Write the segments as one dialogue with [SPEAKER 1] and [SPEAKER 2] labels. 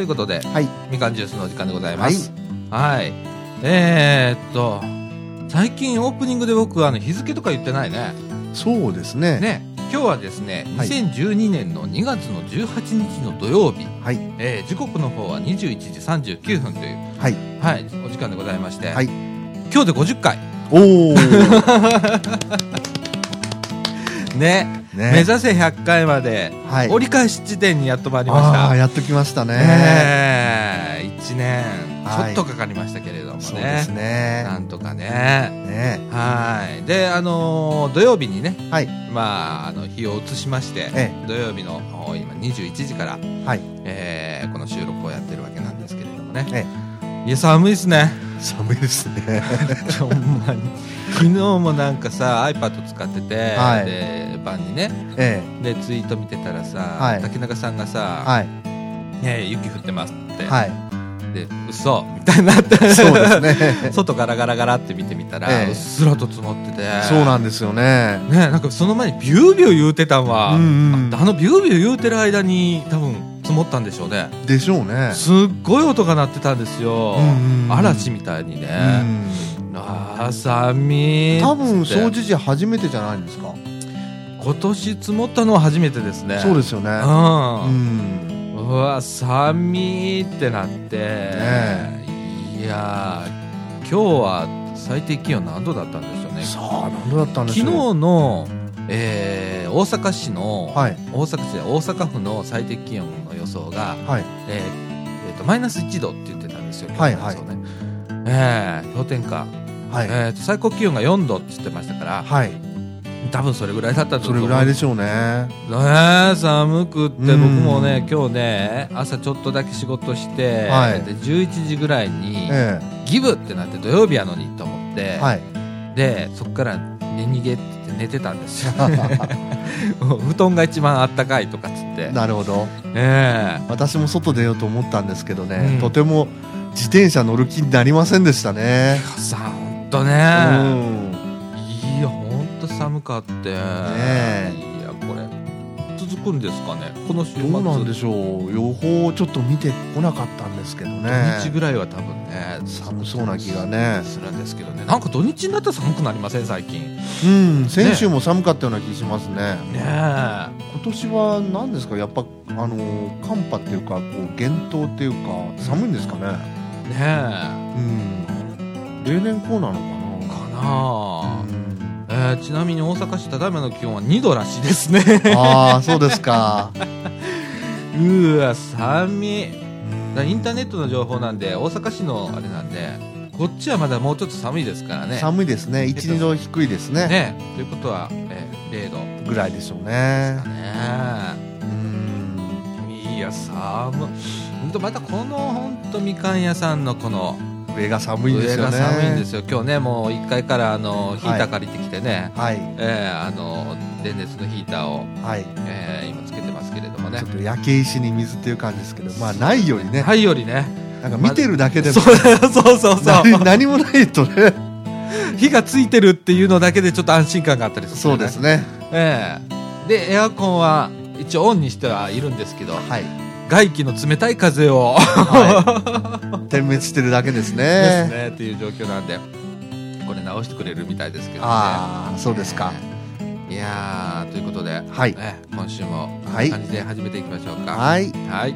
[SPEAKER 1] いうことで、
[SPEAKER 2] はい。
[SPEAKER 1] みかんジュースのお時間でございます。はい。えー、っと、最近オープニングで僕、あの、日付とか言ってないね。
[SPEAKER 2] そうですね。
[SPEAKER 1] ね。今日はですね、
[SPEAKER 2] はい
[SPEAKER 1] 2012年の2月の18日の土曜日、
[SPEAKER 2] はい。
[SPEAKER 1] えー時刻の方は21時39分という、
[SPEAKER 2] はい。
[SPEAKER 1] はい、お時間でございまして、
[SPEAKER 2] はい
[SPEAKER 1] 今日で50回。
[SPEAKER 2] おお。
[SPEAKER 1] ね。
[SPEAKER 2] ね
[SPEAKER 1] 目指せ100回まで、
[SPEAKER 2] はい。
[SPEAKER 1] 折り返し地点にやっとまいりまし
[SPEAKER 2] あ
[SPEAKER 1] た
[SPEAKER 2] あ、。やっときましたね。
[SPEAKER 1] ねえ1年ちょ
[SPEAKER 2] は
[SPEAKER 1] っ
[SPEAKER 2] い
[SPEAKER 1] とかかりましたけれどもね,、
[SPEAKER 2] そうですね。
[SPEAKER 1] なんとかね
[SPEAKER 2] ね。
[SPEAKER 1] はいであのー土曜日にね
[SPEAKER 2] はい。
[SPEAKER 1] まああの日を移しまして、
[SPEAKER 2] え
[SPEAKER 1] 土曜日のお今21時から、
[SPEAKER 2] はい。
[SPEAKER 1] えーこの収録をやってるわけなんですけれどもね、
[SPEAKER 2] え
[SPEAKER 1] いや寒いですね
[SPEAKER 2] 寒いですね。
[SPEAKER 1] ほんまに昨日もなんかさ iPad 使ってて、
[SPEAKER 2] はい
[SPEAKER 1] で晩にね
[SPEAKER 2] え
[SPEAKER 1] でツイート見てたらさ、
[SPEAKER 2] はい
[SPEAKER 1] 竹中さんが
[SPEAKER 2] え。
[SPEAKER 1] さ
[SPEAKER 2] はい。
[SPEAKER 1] 「ねえ雪降ってます」って、
[SPEAKER 2] は
[SPEAKER 1] で嘘みたいになって
[SPEAKER 2] い。そうですね。
[SPEAKER 1] 外ガラガラガラって見てみたら、
[SPEAKER 2] ええ
[SPEAKER 1] うっすらと積もってて
[SPEAKER 2] そうなんですよね。
[SPEAKER 1] ねなんかその前にビュービュー言うてたんは、
[SPEAKER 2] うん
[SPEAKER 1] あのビュービュー言うてる間に多分積もったんでしょうね
[SPEAKER 2] うん。でしょうね。
[SPEAKER 1] すっごい音が鳴ってたんですよ、
[SPEAKER 2] うんうん
[SPEAKER 1] 嵐みたいにね、ああ寒いっつって
[SPEAKER 2] 多分掃除時初めてじゃないんですか。
[SPEAKER 1] 今年積もったのは初めてですね
[SPEAKER 2] そうですすよ
[SPEAKER 1] う、
[SPEAKER 2] ね。うんん。
[SPEAKER 1] うわ寒いってなって、
[SPEAKER 2] ね
[SPEAKER 1] いやー今日は最低気温何度だったんでしょうね
[SPEAKER 2] さあ、何度だったんで
[SPEAKER 1] 昨
[SPEAKER 2] し
[SPEAKER 1] 日
[SPEAKER 2] ょう。
[SPEAKER 1] の、えー大阪市の、
[SPEAKER 2] はい。
[SPEAKER 1] 大阪市で大阪府の最低気温の予想が、
[SPEAKER 2] はい。
[SPEAKER 1] えーえーとマイナス1度って言ってたんですよ、
[SPEAKER 2] はいはい
[SPEAKER 1] 今日の予想ねえー氷点下、
[SPEAKER 2] はい。
[SPEAKER 1] えーと最高気温が4度って言ってましたから、
[SPEAKER 2] はい。
[SPEAKER 1] 多分それぐらいだったんだと
[SPEAKER 2] そ
[SPEAKER 1] 思
[SPEAKER 2] れ
[SPEAKER 1] う
[SPEAKER 2] ぐらいでしょうね。
[SPEAKER 1] ねえ寒くって僕
[SPEAKER 2] うん
[SPEAKER 1] もね今日ね朝ちょっとだけ仕事して、
[SPEAKER 2] はい
[SPEAKER 1] で11時ぐらいに、
[SPEAKER 2] え
[SPEAKER 1] ギブってなって土曜日やのにと思って、
[SPEAKER 2] え。はい。
[SPEAKER 1] でそこから寝逃げって言って寝てたんですよ もう布団が一番あったかいとかっつって
[SPEAKER 2] なるほど。
[SPEAKER 1] え
[SPEAKER 2] 私も外出ようと思ったんですけどね、
[SPEAKER 1] うん
[SPEAKER 2] とても自転車乗る気になりませんでしたね
[SPEAKER 1] え。さあほんとね
[SPEAKER 2] うん。
[SPEAKER 1] いやほんと寒かって
[SPEAKER 2] ね
[SPEAKER 1] いやこれ続くんですかねこの週末
[SPEAKER 2] どうなんでしょう。予報をちょっと見てこなかったんですけどね。
[SPEAKER 1] 土日ぐらいは多分ね
[SPEAKER 2] 寒そうな気がね
[SPEAKER 1] するんですけどねなんか土日になったら寒くなりません最近ね
[SPEAKER 2] うん。先週も寒かったような気しますね。
[SPEAKER 1] え
[SPEAKER 2] 今年は何ですか。やっぱあのー寒波っていうかこう厳冬っていうか寒いんですかね。
[SPEAKER 1] ねえか
[SPEAKER 2] うん。例年こうな
[SPEAKER 1] な
[SPEAKER 2] のかな。う
[SPEAKER 1] あ、
[SPEAKER 2] ん
[SPEAKER 1] えーちなみに大阪市ただいまの気温は2度らしいですね
[SPEAKER 2] ああそうです か。
[SPEAKER 1] うーわ寒いだからインター
[SPEAKER 2] ネ
[SPEAKER 1] ネットの情報なんで大阪市のあれなんでこっちはまだもうちょっと寒いですからね
[SPEAKER 2] 寒いですね。一二度低いです ね。
[SPEAKER 1] ねということは、えー、0度で
[SPEAKER 2] ぐらいでしょう
[SPEAKER 1] す
[SPEAKER 2] ね
[SPEAKER 1] か。ね
[SPEAKER 2] うーん。
[SPEAKER 1] いや寒いほんとまたこのほんとみかん屋さんのこの
[SPEAKER 2] 上が寒いんで
[SPEAKER 1] 上
[SPEAKER 2] すよ
[SPEAKER 1] が
[SPEAKER 2] ね。。
[SPEAKER 1] 寒いんですすよ今日ねもう1階からあのヒーター借りてきてね、
[SPEAKER 2] はい
[SPEAKER 1] えーあの電熱のヒーターを、
[SPEAKER 2] はい。
[SPEAKER 1] えー今つけてますけれどもね
[SPEAKER 2] ちょっと焼け石に水っていう感じですけど、まあないよりね、
[SPEAKER 1] はいよりね
[SPEAKER 2] なんか見てるだけで
[SPEAKER 1] そ
[SPEAKER 2] も
[SPEAKER 1] う そうそうそ
[SPEAKER 2] 何
[SPEAKER 1] う
[SPEAKER 2] 何もないとね、
[SPEAKER 1] 火がついてるっていうのだけでちょっと安心感があったりする
[SPEAKER 2] そ
[SPEAKER 1] よ
[SPEAKER 2] うですね。
[SPEAKER 1] ええでエアコンは一応オンにしてはいるんですけど
[SPEAKER 2] はい。
[SPEAKER 1] 外気の冷たい風を、
[SPEAKER 2] はい、点滅してるだけです
[SPEAKER 1] です
[SPEAKER 2] ね。
[SPEAKER 1] ねっていう状況なんでこれ直してくれるみたいですけどね
[SPEAKER 2] ああ、そうですか。
[SPEAKER 1] いやーということで、
[SPEAKER 2] はい。
[SPEAKER 1] ね今週もこん
[SPEAKER 2] は
[SPEAKER 1] ない感じで始めていきましょうか
[SPEAKER 2] はい。
[SPEAKER 1] はい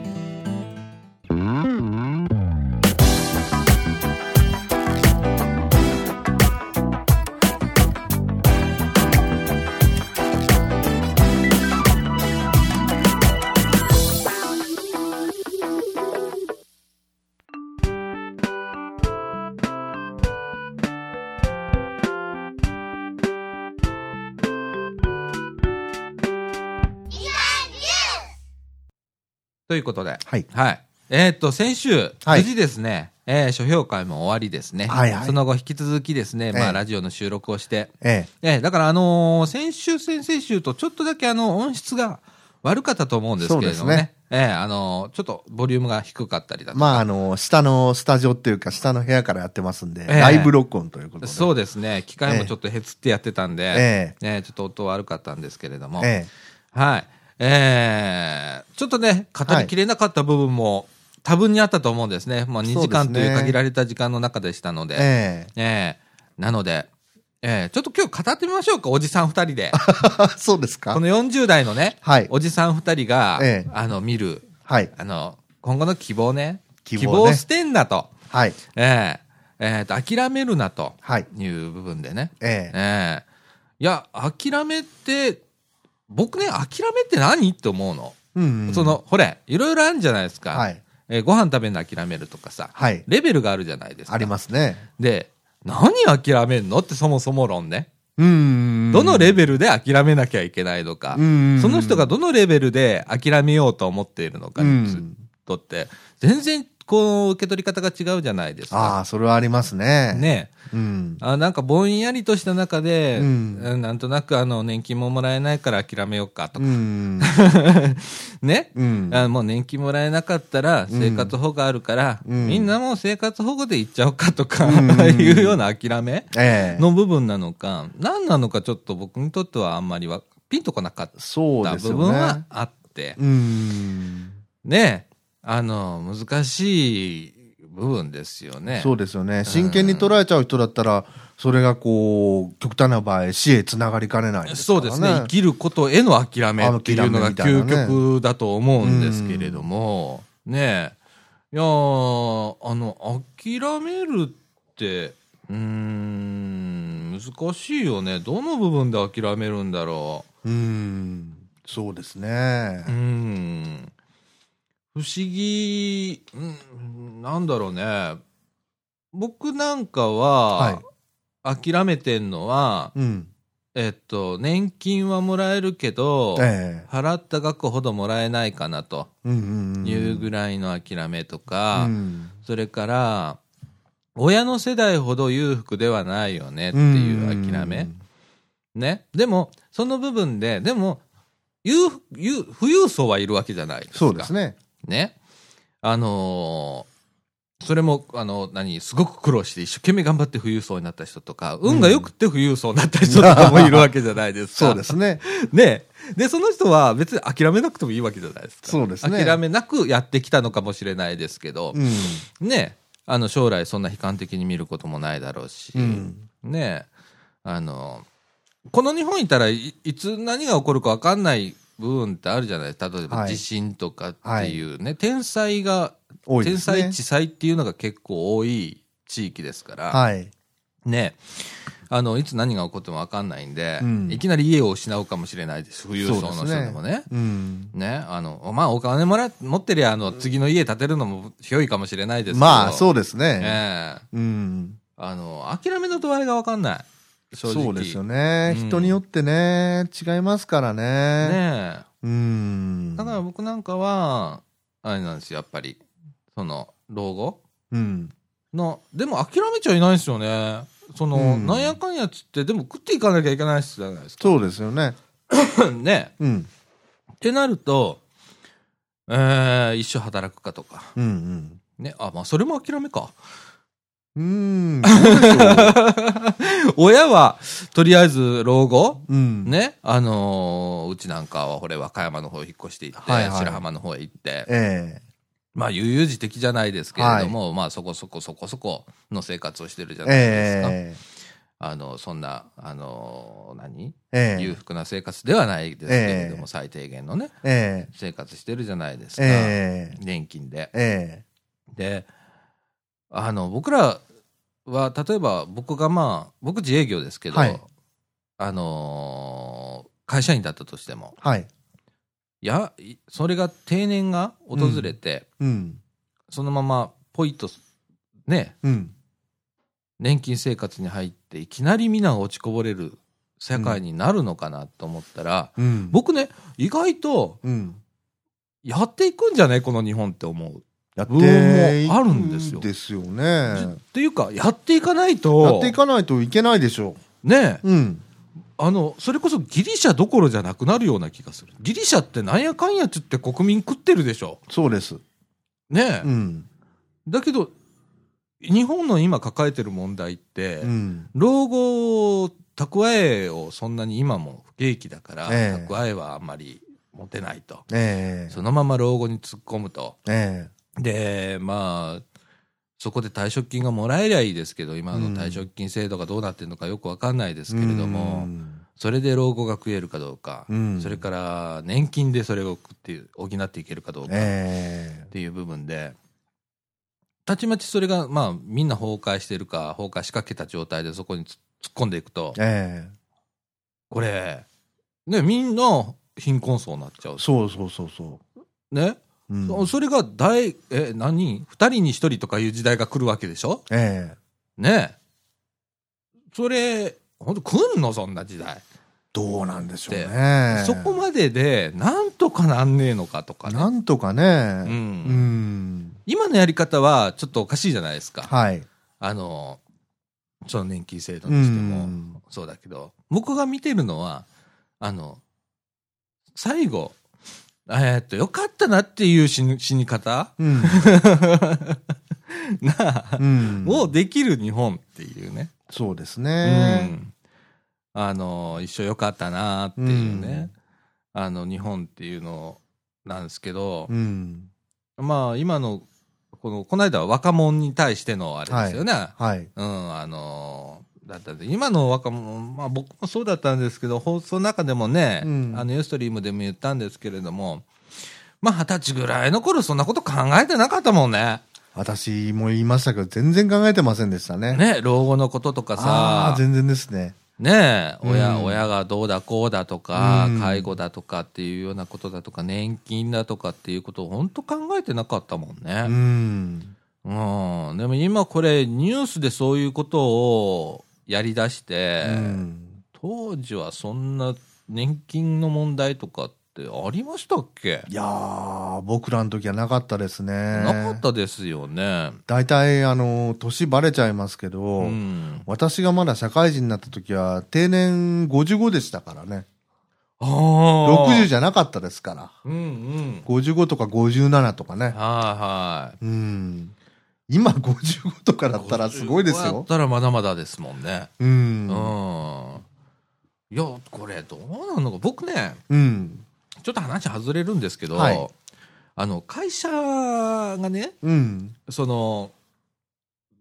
[SPEAKER 1] ということで
[SPEAKER 2] はい。
[SPEAKER 1] はいえーっと先週、
[SPEAKER 2] はい
[SPEAKER 1] 無事ですね、えー書評会も終わりですね、
[SPEAKER 2] はいはい
[SPEAKER 1] その後引き続きですね、
[SPEAKER 2] え
[SPEAKER 1] まあ、
[SPEAKER 2] え
[SPEAKER 1] ラジオの収録をして、
[SPEAKER 2] え
[SPEAKER 1] ええ、だから、あのー先週、先々週とちょっとだけあの音質が悪かったと思うんですけれどもね、
[SPEAKER 2] そう
[SPEAKER 1] え
[SPEAKER 2] で
[SPEAKER 1] えあのーちょっとボリュームが低かったりだ
[SPEAKER 2] え。
[SPEAKER 1] とか、
[SPEAKER 2] まあ、あの、下のスタジオっていうか、下の部屋からやってますんで、
[SPEAKER 1] ええ
[SPEAKER 2] ライブ録音ということで。。
[SPEAKER 1] そううですね、機械もちょっとへつってやってたんで、え
[SPEAKER 2] え
[SPEAKER 1] えちょっと音悪かったんですけれども、
[SPEAKER 2] え。ええ。
[SPEAKER 1] はいええちょっとね、語りきれなかった部分も多分にあったと思うんですね。まあ、2時間
[SPEAKER 2] そう
[SPEAKER 1] と
[SPEAKER 2] です
[SPEAKER 1] い
[SPEAKER 2] ね
[SPEAKER 1] う限られた時間の中でしたので。え え
[SPEAKER 2] え
[SPEAKER 1] なので、ええちょっと今日語ってみましょうか、おじさん2人 で。
[SPEAKER 2] えそうですか
[SPEAKER 1] この40代のね、
[SPEAKER 2] はい
[SPEAKER 1] おじさん2人が、
[SPEAKER 2] ええ
[SPEAKER 1] あの、見る、
[SPEAKER 2] はい
[SPEAKER 1] あの、今後の希望ね。
[SPEAKER 2] 希望ね
[SPEAKER 1] を捨てんなと。
[SPEAKER 2] はい
[SPEAKER 1] ええええと、諦めるなと
[SPEAKER 2] はい
[SPEAKER 1] いう部分でね。
[SPEAKER 2] ええ
[SPEAKER 1] ええいや、諦めって、僕ね、諦めって何って思うの。
[SPEAKER 2] うんうん
[SPEAKER 1] その、ほれ、いろいろあるんじゃないですか。
[SPEAKER 2] はい
[SPEAKER 1] えーご飯食べるの諦めるとかさ、
[SPEAKER 2] はい
[SPEAKER 1] レベルがあるじゃないですか。
[SPEAKER 2] ありますね
[SPEAKER 1] で、何諦めんのってそもそも論ね。
[SPEAKER 2] うんうんうん
[SPEAKER 1] どのレベルで諦めなきゃいけないのか
[SPEAKER 2] うん、うんうん
[SPEAKER 1] その人がどのレベルで諦めようと思っているのかにつ
[SPEAKER 2] うん
[SPEAKER 1] とって、全然こう受け取り方が違うじゃないです
[SPEAKER 2] あ
[SPEAKER 1] か。
[SPEAKER 2] あそれはありますね
[SPEAKER 1] ね
[SPEAKER 2] うん
[SPEAKER 1] あなんかぼんやりとした中で、
[SPEAKER 2] うん
[SPEAKER 1] うんなんとなくあの年金ももらえないから諦めようかと
[SPEAKER 2] う
[SPEAKER 1] か、
[SPEAKER 2] ん
[SPEAKER 1] ね、
[SPEAKER 2] うん
[SPEAKER 1] あもう年金もらえなかったら生活保護があるから、
[SPEAKER 2] うん
[SPEAKER 1] みんなもう生活保護で行っちゃおうかとか、
[SPEAKER 2] うん
[SPEAKER 1] いうような諦め
[SPEAKER 2] ええ
[SPEAKER 1] の部分なのか、何なのかちょっと僕にとってはあんまりはピンとこなかっ
[SPEAKER 2] そう
[SPEAKER 1] た
[SPEAKER 2] です
[SPEAKER 1] 部
[SPEAKER 2] よ
[SPEAKER 1] 分は
[SPEAKER 2] ね
[SPEAKER 1] あって、
[SPEAKER 2] うん
[SPEAKER 1] ね、あの、難しい部分ですよね。
[SPEAKER 2] そうですよね真剣に捉えちゃう人だったらそれがこう極端な場合死へつながりかねないですか
[SPEAKER 1] そ
[SPEAKER 2] ら、ね、
[SPEAKER 1] うですね。生きることへの諦めっていうのが
[SPEAKER 2] 諦めみ
[SPEAKER 1] 究
[SPEAKER 2] たいなね
[SPEAKER 1] 極だと思うんですけれども、ねえ。いやーあの、諦めるって、うーん、難しいよね。どの部分で諦めるんだろ
[SPEAKER 2] うんそうです
[SPEAKER 1] う。う
[SPEAKER 2] ね
[SPEAKER 1] ん。不思議、うん、なんだろうね。僕なんかは、諦めてんのは、
[SPEAKER 2] うん
[SPEAKER 1] えっと、年金はもらえるけど、
[SPEAKER 2] ええ
[SPEAKER 1] 払った額ほどもらえないかなと
[SPEAKER 2] うんうんうん
[SPEAKER 1] いうぐらいの諦めとか、
[SPEAKER 2] うん
[SPEAKER 1] それから親の世代ほど裕福ではないよねっていう諦め、ねでもその部分ででも裕福裕富裕層はいるわけじゃないですか
[SPEAKER 2] そうです
[SPEAKER 1] ね
[SPEAKER 2] ね
[SPEAKER 1] あのーそれもあの何すごく苦労して一生懸命頑張って富裕層になった人とか運が良くて富裕層になった人とかもいるわけじゃないですか、
[SPEAKER 2] そうですね
[SPEAKER 1] ねで、その人は別に諦めなくてもいいわけじゃないですか。
[SPEAKER 2] そうですね
[SPEAKER 1] 諦めなくやってきたのかもしれないですけど
[SPEAKER 2] う、ん
[SPEAKER 1] ねあの、将来そんな悲観的に見ることもないだろうし、
[SPEAKER 2] うん
[SPEAKER 1] ねあの、この日本にいたらいいつ何が起こるか分かんない部分ってあるじゃない例えば
[SPEAKER 2] はい
[SPEAKER 1] 地震とかっていうね、天災が、
[SPEAKER 2] 多い で
[SPEAKER 1] 天
[SPEAKER 2] すね
[SPEAKER 1] 災地災っていうのが結構多い地域ですから、
[SPEAKER 2] はい
[SPEAKER 1] ねあのいつ何が起こっても分かんないんで、
[SPEAKER 2] うん
[SPEAKER 1] いきなり家を失うかもしれないです富裕層の人でもね。
[SPEAKER 2] うん
[SPEAKER 1] ね、あのまあお金もら持ってりゃあの次の家建てるのもひいかもしれないですけど
[SPEAKER 2] まあそううです
[SPEAKER 1] ね
[SPEAKER 2] ね
[SPEAKER 1] え
[SPEAKER 2] うん
[SPEAKER 1] あの諦めの度合いが分かんない正直
[SPEAKER 2] そうですよね
[SPEAKER 1] うん
[SPEAKER 2] 人によってね違いますから
[SPEAKER 1] ね
[SPEAKER 2] ね
[SPEAKER 1] え
[SPEAKER 2] うん
[SPEAKER 1] だから僕なんかはあれなんですよやっぱりその老後
[SPEAKER 2] うん
[SPEAKER 1] のでも諦めちゃいないですよねその、
[SPEAKER 2] うん
[SPEAKER 1] なんやかんやつってでも食っていかなきゃいけないじゃないですか
[SPEAKER 2] そうですよね
[SPEAKER 1] ねえ
[SPEAKER 2] うん
[SPEAKER 1] ってなると、えー一生働くかとか。
[SPEAKER 2] うんうん
[SPEAKER 1] ね、あ、まあ、それも諦めか。
[SPEAKER 2] うー ん。そうでしょう
[SPEAKER 1] 親は、とりあえず、老後
[SPEAKER 2] うん。。
[SPEAKER 1] ね、あのーうちなんかは、ほれ、和歌山の方へ引っ越していって、
[SPEAKER 2] はいはい
[SPEAKER 1] 白浜の方へ行って、
[SPEAKER 2] え
[SPEAKER 1] まあ、悠々自適じゃないですけれども、まあ、そこそこそこそこの生活をしてるじ
[SPEAKER 2] え
[SPEAKER 1] ゃないですか。
[SPEAKER 2] え
[SPEAKER 1] あの、そんな、あのー何
[SPEAKER 2] ええ
[SPEAKER 1] 裕
[SPEAKER 2] え
[SPEAKER 1] 福な生活ではないですけれども、
[SPEAKER 2] ええ
[SPEAKER 1] 最低限のね、
[SPEAKER 2] え
[SPEAKER 1] 生活してるじゃないですか。
[SPEAKER 2] え
[SPEAKER 1] 年金で。
[SPEAKER 2] ええ
[SPEAKER 1] であの僕らは例えば僕がまあ僕自営業ですけど、
[SPEAKER 2] はい
[SPEAKER 1] あのー会社員だったとしても
[SPEAKER 2] はい。
[SPEAKER 1] いやいそれが定年が訪れて、
[SPEAKER 2] うん。
[SPEAKER 1] そのままポイッとね
[SPEAKER 2] うん。
[SPEAKER 1] 年金生活に入っていきなり皆が落ちこぼれる社会になるのかなと思ったら、
[SPEAKER 2] うん。
[SPEAKER 1] 僕ね意外と
[SPEAKER 2] うん。
[SPEAKER 1] やっていくんじゃないこの日本って思う。
[SPEAKER 2] やっ
[SPEAKER 1] 部分
[SPEAKER 2] て
[SPEAKER 1] もあるんですよ
[SPEAKER 2] ですよね。
[SPEAKER 1] じっ
[SPEAKER 2] や
[SPEAKER 1] ていうかやっていかないと
[SPEAKER 2] っていかないといけないでしょ
[SPEAKER 1] ね
[SPEAKER 2] う。うん。
[SPEAKER 1] あの、それこそギリシャどころじゃなくなるような気がする。ギリシャってなんやかんやっつって国民食ってるでしょ。
[SPEAKER 2] そうです。
[SPEAKER 1] ねえ。
[SPEAKER 2] うん。
[SPEAKER 1] だけど、日本の今抱えてる問題って、
[SPEAKER 2] うん。
[SPEAKER 1] 老後、蓄えをそんなに今も不景気だから、
[SPEAKER 2] ええ
[SPEAKER 1] 蓄えはあんまり持てないと。
[SPEAKER 2] ええ
[SPEAKER 1] そのまま老後に突っ込むと、
[SPEAKER 2] え
[SPEAKER 1] で、まあ、そこで退職金がもらえりゃいいですけど、今の退職金制度がどうなってるのかよくわかんないですけれども、
[SPEAKER 2] うん
[SPEAKER 1] それで老後が食えるかどうか、
[SPEAKER 2] うん
[SPEAKER 1] それから年金でそれを食って補っていけるかどうかっ
[SPEAKER 2] え
[SPEAKER 1] ていう部分で、たちまちそれが、まあ、みんな崩壊してるか、崩壊しかけた状態でそこに突突っ込んでいくと
[SPEAKER 2] え、え
[SPEAKER 1] これ、ね、みんな貧困層になっちゃう
[SPEAKER 2] え。そうそうそうそ
[SPEAKER 1] ね。
[SPEAKER 2] う、うん
[SPEAKER 1] そそれが大、え、何人 ?2 人に1人とかいう時代が来るわけでしょ
[SPEAKER 2] ええ
[SPEAKER 1] ねえ。それ、本当来んのそんな時代。
[SPEAKER 2] どうなんでしょうね
[SPEAKER 1] そこまでで、なんとかなんねえのかとかね。
[SPEAKER 2] なんとかね
[SPEAKER 1] う
[SPEAKER 2] うん、
[SPEAKER 1] ん。今のやり方は、ちょっとおかしいじゃないですか。
[SPEAKER 2] はい
[SPEAKER 1] あの、その年金制度にして
[SPEAKER 2] う
[SPEAKER 1] も、
[SPEAKER 2] ん
[SPEAKER 1] そうだけど、僕が見てるのは、あの、最後、えーっと、よかったなっていう死に死に方
[SPEAKER 2] うん
[SPEAKER 1] が、
[SPEAKER 2] うん
[SPEAKER 1] をできる日本っていうね。
[SPEAKER 2] そうです
[SPEAKER 1] う
[SPEAKER 2] ね、
[SPEAKER 1] んあの一緒良かったなっていうね、あの日本っていうのなんですけど
[SPEAKER 2] う、ん、
[SPEAKER 1] まあ今のこのこの間は若者に対してのあれですよね、
[SPEAKER 2] はい
[SPEAKER 1] うんあのだったんで今の若者、まあ、僕もそうだったんですけど放送の中でもね、
[SPEAKER 2] うん
[SPEAKER 1] あのユーストリームでも言ったんですけれどもまあ二十歳ぐらいの頃そんなこと考えてなかったもんね
[SPEAKER 2] 私も言いましたけど全然考えてませんでしたね
[SPEAKER 1] ね老後のこととか
[SPEAKER 2] あ
[SPEAKER 1] さ
[SPEAKER 2] あ全然ですね
[SPEAKER 1] ねえ、親、
[SPEAKER 2] うん
[SPEAKER 1] 親がどうだこうだとか、
[SPEAKER 2] うん
[SPEAKER 1] 介護だとかっていうようなことだとか、年金だとかっていうことを本当考えてなかったもん
[SPEAKER 2] う
[SPEAKER 1] ね。
[SPEAKER 2] ん
[SPEAKER 1] うん。でも今これニュースでそういうことをやり出して、
[SPEAKER 2] うん
[SPEAKER 1] 当時はそんな年金の問題とかってありましたっけ、
[SPEAKER 2] いやー僕らの時はなかったですね
[SPEAKER 1] なかったですよね。
[SPEAKER 2] 大体あの年バレちゃいますけど、
[SPEAKER 1] うん。
[SPEAKER 2] 私がまだ社会人になった時は定年55でしたからね
[SPEAKER 1] ああ。
[SPEAKER 2] 60じゃなかったですから
[SPEAKER 1] うんうん。
[SPEAKER 2] 55とか57とか
[SPEAKER 1] は
[SPEAKER 2] ね
[SPEAKER 1] いはい。
[SPEAKER 2] うん今55とかだったらすごいです
[SPEAKER 1] こうやっ
[SPEAKER 2] よ
[SPEAKER 1] たらまだまだですもんね。
[SPEAKER 2] うん
[SPEAKER 1] うん。いや、これどうなのか。僕ね、
[SPEAKER 2] うん
[SPEAKER 1] ちょっと話外れるんですけど、
[SPEAKER 2] はい
[SPEAKER 1] あの、会社がね、
[SPEAKER 2] うん
[SPEAKER 1] その、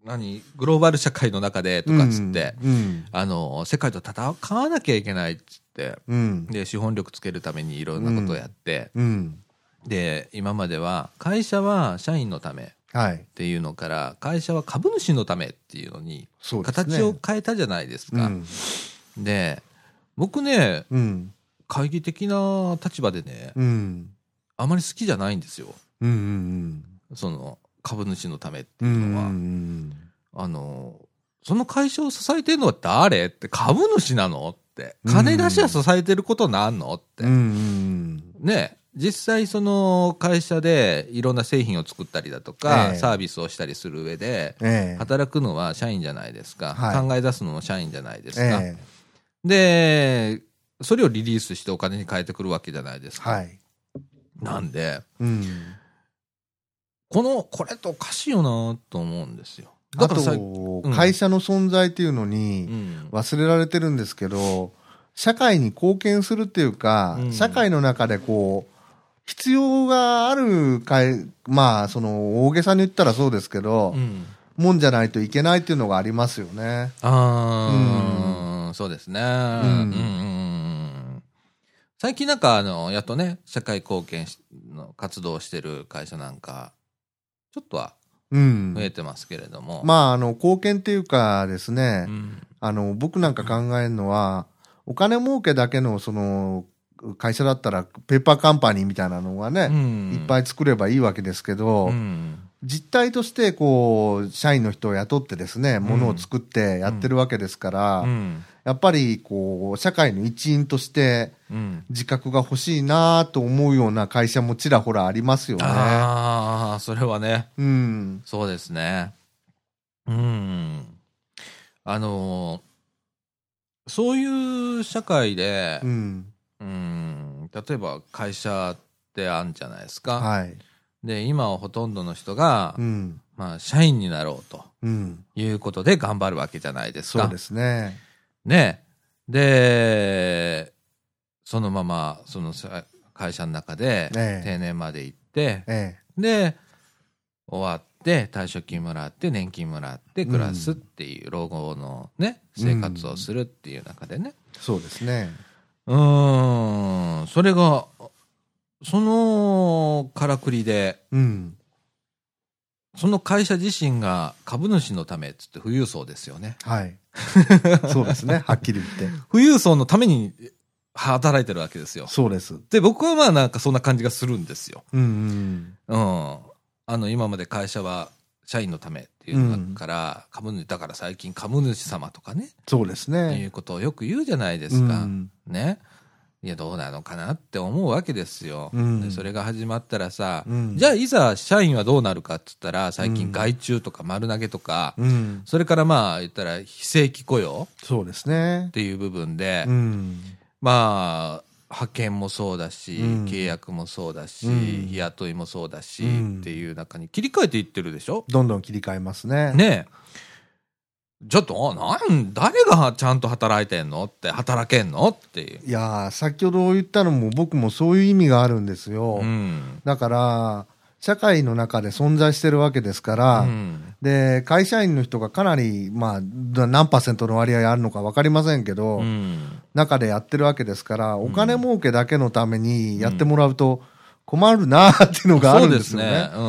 [SPEAKER 1] 何、グローバル社会の中でとかっつって、
[SPEAKER 2] うん
[SPEAKER 1] あの、世界と戦わなきゃいけないっつって、
[SPEAKER 2] うん
[SPEAKER 1] で、資本力つけるためにいろんなことをやって、
[SPEAKER 2] うん
[SPEAKER 1] で、今までは、会社は社員のためっ
[SPEAKER 2] はい
[SPEAKER 1] ていうのから、会社は株主のためっていうのに、
[SPEAKER 2] そうですね
[SPEAKER 1] 形を変えたじゃないです
[SPEAKER 2] う
[SPEAKER 1] か。
[SPEAKER 2] ん
[SPEAKER 1] で、僕ね、
[SPEAKER 2] うん
[SPEAKER 1] 会議的な立場でね、
[SPEAKER 2] うん
[SPEAKER 1] あまり好きじゃないんですよ。
[SPEAKER 2] うんうん
[SPEAKER 1] その、株主のためって
[SPEAKER 2] う
[SPEAKER 1] いうのは。
[SPEAKER 2] ん
[SPEAKER 1] あの、その会社を支えてるのは誰って株主なのって。金出しは支えてることなんのって。
[SPEAKER 2] うんうん
[SPEAKER 1] ね。実際その会社でいろんな製品を作ったりだとか、
[SPEAKER 2] ええ
[SPEAKER 1] サービスをしたりする上で、
[SPEAKER 2] ええ
[SPEAKER 1] 働くのは社員じゃないですか。
[SPEAKER 2] はい
[SPEAKER 1] 考え出すのも社員じゃないですか。
[SPEAKER 2] ええ
[SPEAKER 1] で、それをリリースしてお金に変えてくるわけじゃないですか。
[SPEAKER 2] はい
[SPEAKER 1] なんで、
[SPEAKER 2] うん
[SPEAKER 1] この、これっておかしいよなと思うんですよ。だ
[SPEAKER 2] あ
[SPEAKER 1] からさ、
[SPEAKER 2] と
[SPEAKER 1] うん
[SPEAKER 2] 会社の存在っていうの
[SPEAKER 1] う
[SPEAKER 2] に
[SPEAKER 1] ん。
[SPEAKER 2] 忘れられてるんですけど、社会に貢献するっていうか、
[SPEAKER 1] うん
[SPEAKER 2] 社会の中でこう、必要があるかい、まあ、その、大げさに言ったらそうですけど
[SPEAKER 1] う、ん。
[SPEAKER 2] もんじゃないといけないっていうのがありますよね。
[SPEAKER 1] あーそうですね。うんんうんうん。最近なんか、あの、やっとね、社会貢献しの活動をしてる会社なんか、ちょっとは
[SPEAKER 2] うん
[SPEAKER 1] 増。えてますけれども。
[SPEAKER 2] まあ、あの、貢献っていうかですね、
[SPEAKER 1] うん
[SPEAKER 2] あの、僕なんか考えるのは、お金儲けだけの、その、会社だったら、ペーパーカンパニーみたいなのがね、いっぱ
[SPEAKER 1] い、
[SPEAKER 2] い作ればいいわけですけど、
[SPEAKER 1] うん
[SPEAKER 2] 実態としてこう社員の人を雇ってですねものを作ってやってるわけですから、
[SPEAKER 1] うん
[SPEAKER 2] やっぱりこう社会の一員として
[SPEAKER 1] うん
[SPEAKER 2] 自覚が欲しいなと思うような会社もちらほらありますよね。
[SPEAKER 1] ああ、それはね、
[SPEAKER 2] うん、
[SPEAKER 1] そうですね。うん。あのーそういう社会で
[SPEAKER 2] う、ん、
[SPEAKER 1] うん、例えば会社ってあんじゃないですか。
[SPEAKER 2] はい、
[SPEAKER 1] で、今はほとんどの人が、
[SPEAKER 2] うん、
[SPEAKER 1] まあ、社員になろうと
[SPEAKER 2] うん、
[SPEAKER 1] いうことで頑張るわけじゃないですか。
[SPEAKER 2] そうですね。
[SPEAKER 1] ね。で、そのまま、そのさ会社の中で
[SPEAKER 2] ええ
[SPEAKER 1] 定年まで行って、
[SPEAKER 2] え
[SPEAKER 1] で、終わって退職金もらって年金もらって暮らすっていう老後のね生活をするっていう中でね
[SPEAKER 2] そうですね。
[SPEAKER 1] うーんそれがそのからくりで
[SPEAKER 2] うん。
[SPEAKER 1] その会社自身が株主のためっつって富裕層ですよね
[SPEAKER 2] はい。そうですね。はっきり言って。
[SPEAKER 1] 富裕層のために働いてるわけですよ
[SPEAKER 2] そうです。
[SPEAKER 1] で僕はまあなんかそんな感じがするんですよ
[SPEAKER 2] うんうん。
[SPEAKER 1] うん、あの今まで会社は社員のためっていうのだから、株主だから最近株主様とかね、
[SPEAKER 2] そうです
[SPEAKER 1] い
[SPEAKER 2] ね。
[SPEAKER 1] うことをよく言うじゃないですか、
[SPEAKER 2] うん
[SPEAKER 1] ねいやどうなのかなって思うわけですよ、
[SPEAKER 2] うん
[SPEAKER 1] でそれが始まったらさ、
[SPEAKER 2] うん
[SPEAKER 1] じゃあいざ社員はどうなるかっつったら最
[SPEAKER 2] う
[SPEAKER 1] 近
[SPEAKER 2] ん
[SPEAKER 1] 外注とか丸投げとか、
[SPEAKER 2] うん。
[SPEAKER 1] それからまあ言ったら非正規雇用
[SPEAKER 2] そうですね
[SPEAKER 1] っ。ていう部分で、
[SPEAKER 2] うん。
[SPEAKER 1] まあ派遣もそうだし、
[SPEAKER 2] うん
[SPEAKER 1] 契約もそうだし、
[SPEAKER 2] うん
[SPEAKER 1] 日雇いもそうだし、
[SPEAKER 2] うん
[SPEAKER 1] っていう中に切り替えていってるでしょ、
[SPEAKER 2] どんどん切り替えますね。
[SPEAKER 1] ねえちょっとなん誰がちゃんと働いてんのって働けんのっていう、
[SPEAKER 2] いやー、先ほど言ったのも僕もそういう意味があるんですよ。
[SPEAKER 1] うん
[SPEAKER 2] だから、社会の中で存在してるわけですから、
[SPEAKER 1] うん
[SPEAKER 2] で、会社員の人がかなり、まあ、だ何パーセントの割合あるのか分かりませんけど、
[SPEAKER 1] うん
[SPEAKER 2] 中でやってるわけですから、お金儲けだけのためにやってもらうと困るなーっていうのが
[SPEAKER 1] そ
[SPEAKER 2] ある
[SPEAKER 1] うん
[SPEAKER 2] で
[SPEAKER 1] ですす
[SPEAKER 2] よ
[SPEAKER 1] ね
[SPEAKER 2] ね。
[SPEAKER 1] うん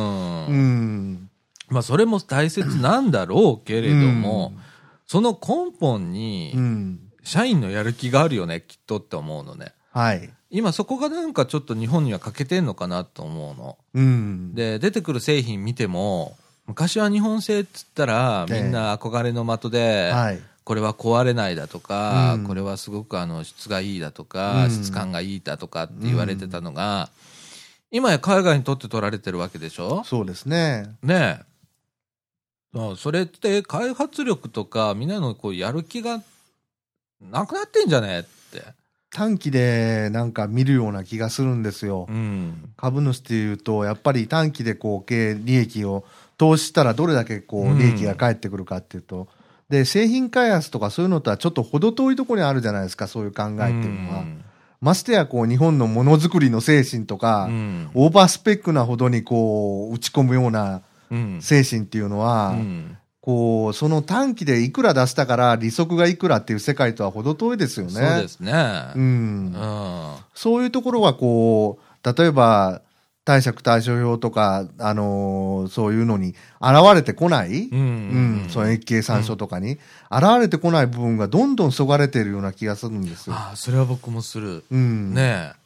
[SPEAKER 2] うん。
[SPEAKER 1] まあ、それも大切なんだろうけれども、
[SPEAKER 2] う
[SPEAKER 1] その根本に、
[SPEAKER 2] うん。
[SPEAKER 1] 社員のやる気があるよねきっとって思うのね
[SPEAKER 2] はい。
[SPEAKER 1] 今そこがなんかちょっと日本には欠けてんのかなと思うの
[SPEAKER 2] うん。
[SPEAKER 1] で出てくる製品見ても昔は日本製っつったら
[SPEAKER 2] え
[SPEAKER 1] み
[SPEAKER 2] え
[SPEAKER 1] んな憧れの的で、
[SPEAKER 2] はい。
[SPEAKER 1] これは壊れないだとか、
[SPEAKER 2] うん
[SPEAKER 1] これはすごくあの質がいいだとか、
[SPEAKER 2] うん
[SPEAKER 1] 質感がいいだとかって言われてたのが、今や海外に取って取られてるわけでしょ
[SPEAKER 2] そうですね。
[SPEAKER 1] ねえあそれって開発力とかみんなのこうやる気がなくなってんじゃねえって、
[SPEAKER 2] 短期でなんか見るような気がするんですよ。
[SPEAKER 1] うん、
[SPEAKER 2] 株主っていうと、やっぱり短期でこう、経営利益を投資したらどれだけこ
[SPEAKER 1] う
[SPEAKER 2] う、
[SPEAKER 1] ん
[SPEAKER 2] 利益が返ってくるかっていうと、で、製品開発とかそういうのとはちょっと程遠いところにあるじゃないですか、そういう考えっていうのは。ましてやこう、日本のものづくりの精神とか、
[SPEAKER 1] うん
[SPEAKER 2] オーバースペックなほどにこう、打ち込むような
[SPEAKER 1] うん
[SPEAKER 2] 精神っていうのは、
[SPEAKER 1] うん
[SPEAKER 2] こう、その短期でいくら出したから利息がいくらっていう世界とは程遠いですよね。
[SPEAKER 1] そうですね。
[SPEAKER 2] う。
[SPEAKER 1] うんん。
[SPEAKER 2] そういうところはこう、例えば、貸借対照表とか、あのーそういうのに現れてこない、
[SPEAKER 1] う。
[SPEAKER 2] うんその月経産書とかに、現れてこない部分がどんどんそがれているような気がするんですよ。
[SPEAKER 1] ああ、それは僕もする。
[SPEAKER 2] うん。。
[SPEAKER 1] ねえ。